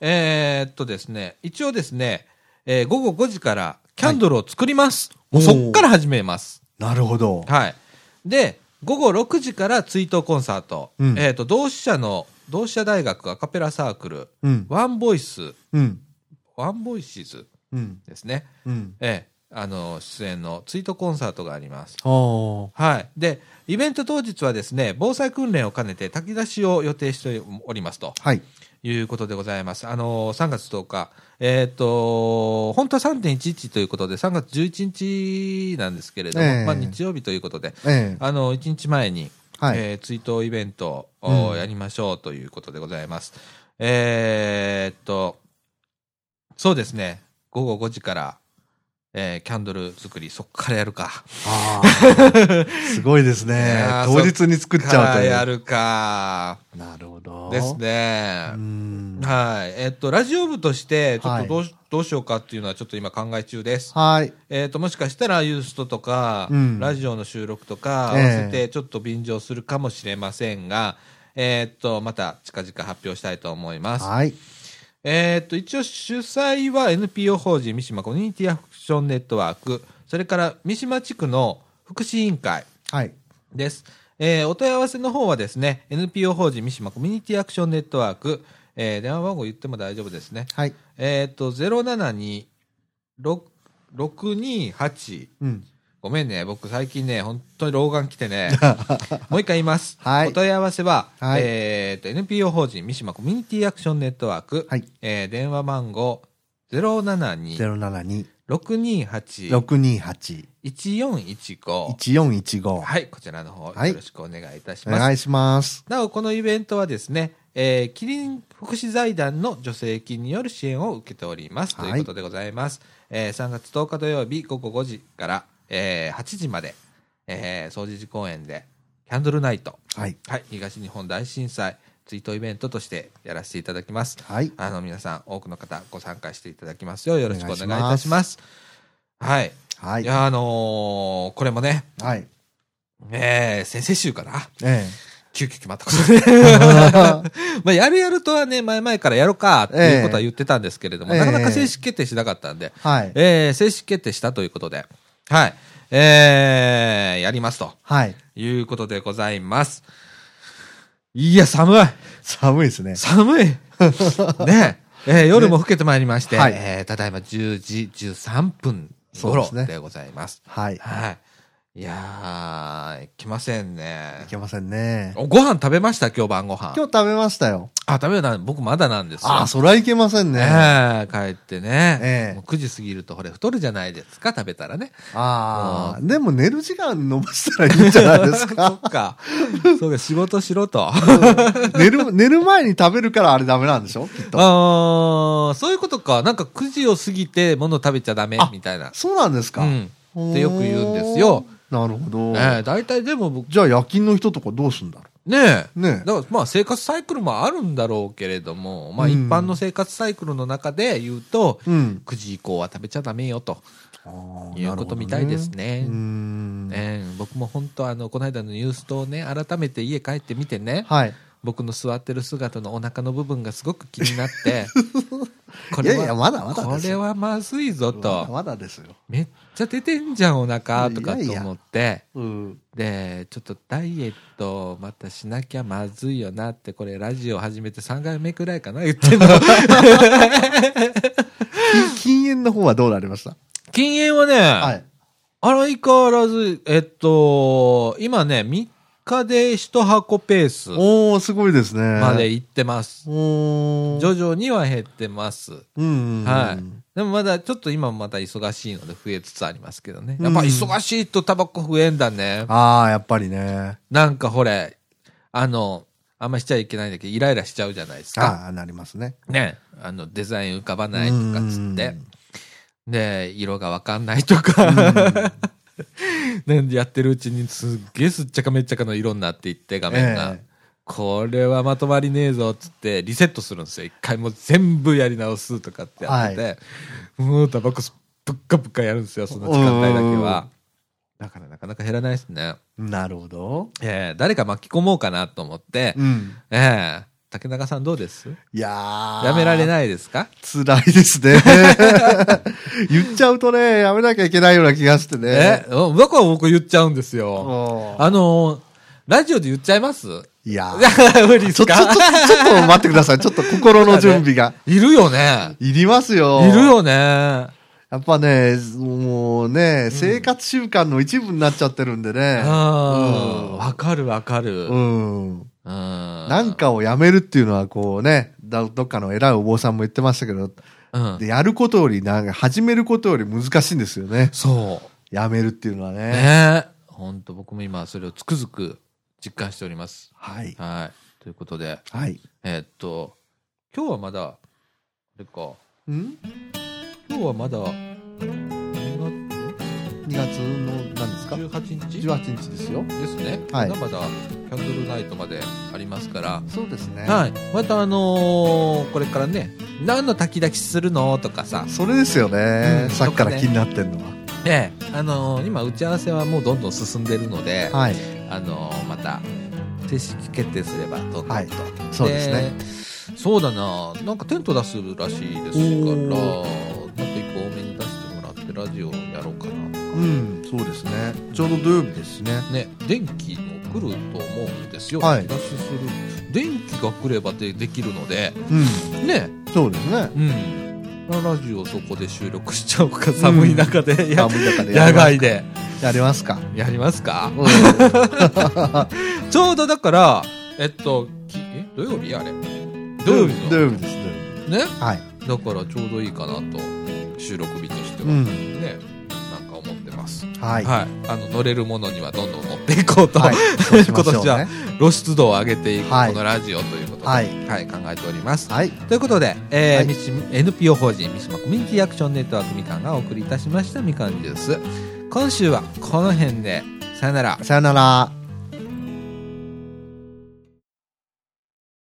[SPEAKER 1] えーっとですね、一応ですね、えー午後5時からキャンドルを作ります。
[SPEAKER 2] はい
[SPEAKER 1] そっから始めます。
[SPEAKER 2] なるほど。
[SPEAKER 1] はい。で、午後6時から追悼コンサート。
[SPEAKER 2] うん
[SPEAKER 1] えっ、と、同志社の、同志社大学アカペラサークル、
[SPEAKER 2] うん。
[SPEAKER 1] ワンボイス、
[SPEAKER 2] うん。
[SPEAKER 1] ワンボイシズ
[SPEAKER 2] うん。
[SPEAKER 1] ですね。
[SPEAKER 2] うん。
[SPEAKER 1] ええあの、出演の追悼コンサートがあります。
[SPEAKER 2] おー
[SPEAKER 1] はい。で、イベント当日はですね、防災訓練を兼ねて炊き出しを予定しておりますと
[SPEAKER 2] はい。
[SPEAKER 1] いうことでございます。あの、3月10日、えっ、と、本当は3.11ということで、3月11日なんですけれども、
[SPEAKER 2] ええ
[SPEAKER 1] まあ日曜日ということで、
[SPEAKER 2] ええ
[SPEAKER 1] あの、1日前に、
[SPEAKER 2] はい
[SPEAKER 1] えー追悼イベントを
[SPEAKER 2] うん
[SPEAKER 1] やりましょうということでございます。えーっと、そうですね、午後5時から、えーキャンドル作り、そっからやるか。
[SPEAKER 2] あ ーすごいです
[SPEAKER 1] い
[SPEAKER 2] ね
[SPEAKER 1] や。ー
[SPEAKER 2] 当日に作っちゃう
[SPEAKER 1] か
[SPEAKER 2] と
[SPEAKER 1] ら
[SPEAKER 2] い
[SPEAKER 1] や
[SPEAKER 2] う。
[SPEAKER 1] るか。
[SPEAKER 2] なるほど。
[SPEAKER 1] です。
[SPEAKER 2] う
[SPEAKER 1] ね。
[SPEAKER 2] ん。
[SPEAKER 1] はい。えーっと、ラジオ部として、ちょっ
[SPEAKER 2] は
[SPEAKER 1] と
[SPEAKER 2] い
[SPEAKER 1] どうし、どうしようかっていうのはちょっと今考え中です。
[SPEAKER 2] はい。
[SPEAKER 1] えー、ともしかしたらユーストとか、
[SPEAKER 2] うん
[SPEAKER 1] ラジオの収録とか合
[SPEAKER 2] ええ
[SPEAKER 1] わせてちょっと便乗するかもしれませんが、えーっとまた近々発表したいと思います。
[SPEAKER 2] はい。
[SPEAKER 1] えーっと一応主催は NPO 法人三島コミュニティアクションネットワークそれから三島地区の福祉委員会
[SPEAKER 2] はい。
[SPEAKER 1] です。えーお問い合わせの方はですね NPO 法人三島コミュニティアクションネットワーク、えー電話番号言っても大丈夫ですね。
[SPEAKER 2] はい。
[SPEAKER 1] えーっと072 628
[SPEAKER 2] うん。
[SPEAKER 1] ごめんね、僕最近ね、本当に老眼来て ね、もう一回言います。
[SPEAKER 2] はい
[SPEAKER 1] お問い合わせは、
[SPEAKER 2] はい
[SPEAKER 1] えーと、NPO 法人三島コミュニティアクションネットワーク、
[SPEAKER 2] はい
[SPEAKER 1] えー電話番号072-628-1415、
[SPEAKER 2] 072-628-1415。
[SPEAKER 1] はい、こちらの方、
[SPEAKER 2] はい
[SPEAKER 1] よろしくお願いいたし
[SPEAKER 2] お
[SPEAKER 1] ます。
[SPEAKER 2] 願いします。
[SPEAKER 1] なお、このイベントはですね、えー、キリン福祉財団の助成金による支援を受けております。
[SPEAKER 2] は
[SPEAKER 1] という
[SPEAKER 2] い
[SPEAKER 1] ことでございます。えー、3月10日土曜日午後5時から、えー、8時まで、えー、総除寺公園で、キャンドルナイト、
[SPEAKER 2] はい。
[SPEAKER 1] はい、東日本大震災追悼イベントとしてやらせていただきます。
[SPEAKER 2] はい。
[SPEAKER 1] あの、皆さん、多くの方ご参加していただきますようよろしくお願いいたします。はい。、
[SPEAKER 2] はいい。
[SPEAKER 1] や、あのーこれもね、
[SPEAKER 2] はい。
[SPEAKER 1] えー、先々週かな。
[SPEAKER 2] ええ。
[SPEAKER 1] 急遽決まったことで。まあ、やるやるとはね、前々からやろうかっていうことは言ってたんですけれども、
[SPEAKER 2] ええ
[SPEAKER 1] なかなか正式決定しなかったんで、
[SPEAKER 2] はい。
[SPEAKER 1] えー正式決定したということで、はい。えー、やりますと
[SPEAKER 2] はい。
[SPEAKER 1] いうことでございます。いや、寒い
[SPEAKER 2] 寒いですね。
[SPEAKER 1] 寒 いねえー夜も更けてまいりまして、
[SPEAKER 2] ねはい
[SPEAKER 1] えーただいま10時13分
[SPEAKER 2] そうで
[SPEAKER 1] 頃
[SPEAKER 2] すね
[SPEAKER 1] でございます。
[SPEAKER 2] はい。
[SPEAKER 1] はい。いやー、来ませんね
[SPEAKER 2] い。けませんね。
[SPEAKER 1] おご飯食べました今日晩ご飯。
[SPEAKER 2] 今日食べましたよ。
[SPEAKER 1] あ、食べた僕まだなんですよ。
[SPEAKER 2] ああ、そりゃいけませんね。
[SPEAKER 1] ねえ帰ってね。
[SPEAKER 2] ええ
[SPEAKER 1] もう9時過ぎると、ほれ、太るじゃないですか、食べたらね。
[SPEAKER 2] ああ、でも寝る時間伸ばしたらいいんじゃないで す
[SPEAKER 1] そ
[SPEAKER 2] か
[SPEAKER 1] っ。か。そうか、仕事しろと。
[SPEAKER 2] 寝る、寝る前に食べるからあれダメなんでしょきっと。
[SPEAKER 1] あーそういうことか。なんか9時を過ぎて物食べちゃダメ
[SPEAKER 2] あ
[SPEAKER 1] みたいな。
[SPEAKER 2] そうなんですか。
[SPEAKER 1] うん。
[SPEAKER 2] ほー
[SPEAKER 1] ってよく言うんですよ。
[SPEAKER 2] なるほど。
[SPEAKER 1] ねえ、大体でも僕、
[SPEAKER 2] じゃあ夜勤の人とかどうすんだろ
[SPEAKER 1] ねえ。
[SPEAKER 2] うね
[SPEAKER 1] だからまあ生活サイクルもあるんだろうけれども、まあ
[SPEAKER 2] うん
[SPEAKER 1] 一般の生活サイクルの中で言うと、
[SPEAKER 2] え。うん。
[SPEAKER 1] 9時以降は食べちゃダメよと
[SPEAKER 2] あー
[SPEAKER 1] いうことみたいです。
[SPEAKER 2] な
[SPEAKER 1] ね。
[SPEAKER 2] るほどねうーん。
[SPEAKER 1] ええ僕も本当あの、この間のニュースとね、改めて家帰ってみてね、
[SPEAKER 2] はい。
[SPEAKER 1] 僕の座ってる姿のお腹の部分がすごく気にな って、こ
[SPEAKER 2] いやいやまだまだ
[SPEAKER 1] こ
[SPEAKER 2] です
[SPEAKER 1] れ
[SPEAKER 2] よ
[SPEAKER 1] はまずいぞ
[SPEAKER 2] まだ
[SPEAKER 1] と、
[SPEAKER 2] まだですよ。
[SPEAKER 1] めっちゃ出てんじゃんお腹とかと思って、
[SPEAKER 2] うん。
[SPEAKER 1] で、ちょっとダイエットまたしなきゃまずいよなって、これラジオ始めて3回目くらいかな言ってん の。
[SPEAKER 2] き禁煙の方はどうなりました
[SPEAKER 1] 禁煙はね、
[SPEAKER 2] はい。
[SPEAKER 1] 相変わらず、えっと、今ね、3日で1箱ペース
[SPEAKER 2] おおすごいですね。
[SPEAKER 1] まで行ってます。
[SPEAKER 2] おー
[SPEAKER 1] 徐々には減ってます。
[SPEAKER 2] うん。
[SPEAKER 1] はい。でもまだちょっと今また忙しいので増えつつありますけどね。
[SPEAKER 2] うん
[SPEAKER 1] やっぱ忙しいとタバコ増えんだね。
[SPEAKER 2] ああ、やっぱりね。
[SPEAKER 1] なんかほれ、あの、あんましちゃいけないんだけど、イライラしちゃうじゃないですか。
[SPEAKER 2] ああ、なりますね。
[SPEAKER 1] ね。あの、デザイン浮かばないとかつって
[SPEAKER 2] うん。。
[SPEAKER 1] で、色がわかんないとか。 ね、やってるうちにすっげえすっちゃかめっちゃかの色になっていって、画面が。
[SPEAKER 2] ええ
[SPEAKER 1] これはまとまりねえぞっつってリセットするんですよ一回もう全部やり直すとかってやってて、もうタバコすぶっかぶっかやるんですよその時間帯だけはだからなかなか減らないですね、
[SPEAKER 2] なるほど。
[SPEAKER 1] えー、誰か巻き込もうかなと思って、
[SPEAKER 2] うん。
[SPEAKER 1] えー、竹中さんどうです
[SPEAKER 2] いやー
[SPEAKER 1] やめられないですか
[SPEAKER 2] 辛いですね。言っちゃうとね、やめなきゃいけないような気がして
[SPEAKER 1] え
[SPEAKER 2] ね。
[SPEAKER 1] うん僕は僕言っちゃうんですよ
[SPEAKER 2] おー
[SPEAKER 1] あのーラジオで言っちゃいます
[SPEAKER 2] いやー
[SPEAKER 1] 無理っ
[SPEAKER 2] ち
[SPEAKER 1] す
[SPEAKER 2] ょ、ちょ、ちょ、
[SPEAKER 1] か
[SPEAKER 2] ちょっと待ってください。ちょっと心の準備が。
[SPEAKER 1] いるよね
[SPEAKER 2] いりますよ。
[SPEAKER 1] いる。よね
[SPEAKER 2] やっぱね、もうね、生活習慣の一部になっちゃってるんでね。
[SPEAKER 1] うんわかるわかる、
[SPEAKER 2] うん。
[SPEAKER 1] な
[SPEAKER 2] なん、かをやめるっていうのはこうね、だどっかの偉いお坊さんも言ってましたけど、
[SPEAKER 1] うん、
[SPEAKER 2] でやることよりなんか始めることより難しいんですよね。
[SPEAKER 1] そ
[SPEAKER 2] やめるっていうのは
[SPEAKER 1] う。
[SPEAKER 2] ね。
[SPEAKER 1] ね本当僕も今それをつくづく実感しております。
[SPEAKER 2] はい。
[SPEAKER 1] はい。ということで、
[SPEAKER 2] はい。
[SPEAKER 1] えーっと、今日はまだ、あれか、
[SPEAKER 2] ん
[SPEAKER 1] 今日はまだ、2
[SPEAKER 2] ?2 月の何ですか
[SPEAKER 1] 月18日
[SPEAKER 2] 18日ですよ。
[SPEAKER 1] ですね。
[SPEAKER 2] はい
[SPEAKER 1] まだまだキャンドルナイトまでありますから、
[SPEAKER 2] そうですね。
[SPEAKER 1] はい。またあのーこれからね、何の炊き出しするのとかさ、
[SPEAKER 2] それですよね、
[SPEAKER 1] うん
[SPEAKER 2] さっきから気になってんのは。
[SPEAKER 1] ね、あのー今打ち合わせはもうどんどん進んでるので、
[SPEAKER 2] はい。
[SPEAKER 1] あのーまた正式決定すればどうか
[SPEAKER 2] はい
[SPEAKER 1] と。
[SPEAKER 2] そうですね。
[SPEAKER 1] そうだななんかテント出すらしいですからなんか一個多めに出してもらってラジオやろうかなとか
[SPEAKER 2] うん、そうですね。ちょうど土曜日ですしね。
[SPEAKER 1] ね電気も来ると思うんですよ、
[SPEAKER 2] はい
[SPEAKER 1] 気がしする電気が来ればでできるので
[SPEAKER 2] うん、
[SPEAKER 1] ね
[SPEAKER 2] そうですね。
[SPEAKER 1] うんラジオそこで収録しちゃおうか寒い中で、や
[SPEAKER 2] 寒い中でや
[SPEAKER 1] 野
[SPEAKER 2] ります
[SPEAKER 1] 外で
[SPEAKER 2] やりますか。
[SPEAKER 1] やりますか
[SPEAKER 2] うん
[SPEAKER 1] ちょうどだからえっときえ土曜日あれ土曜日の
[SPEAKER 2] 土曜日です、土
[SPEAKER 1] ね
[SPEAKER 2] 曜日。はい。
[SPEAKER 1] だからちょうどいいかなと収録日としては、
[SPEAKER 2] うん。
[SPEAKER 1] ね、なんか思ってます。
[SPEAKER 2] は。
[SPEAKER 1] はいい。あの、乗れるものにはどんどん乗っていこうと、
[SPEAKER 2] はいそうしましょ
[SPEAKER 1] 今
[SPEAKER 2] うね
[SPEAKER 1] 年は露出度を上げていく、
[SPEAKER 2] はい
[SPEAKER 1] このラジオということで、は、
[SPEAKER 2] はいい
[SPEAKER 1] 考えております。
[SPEAKER 2] はい。
[SPEAKER 1] ということで、えー
[SPEAKER 2] はい
[SPEAKER 1] 三島 NPO 法人三島コミュニティアクションネットワークみかんがお送りいたしましたみかんジュース。今週はこの辺で、さよなら。
[SPEAKER 2] さよなら。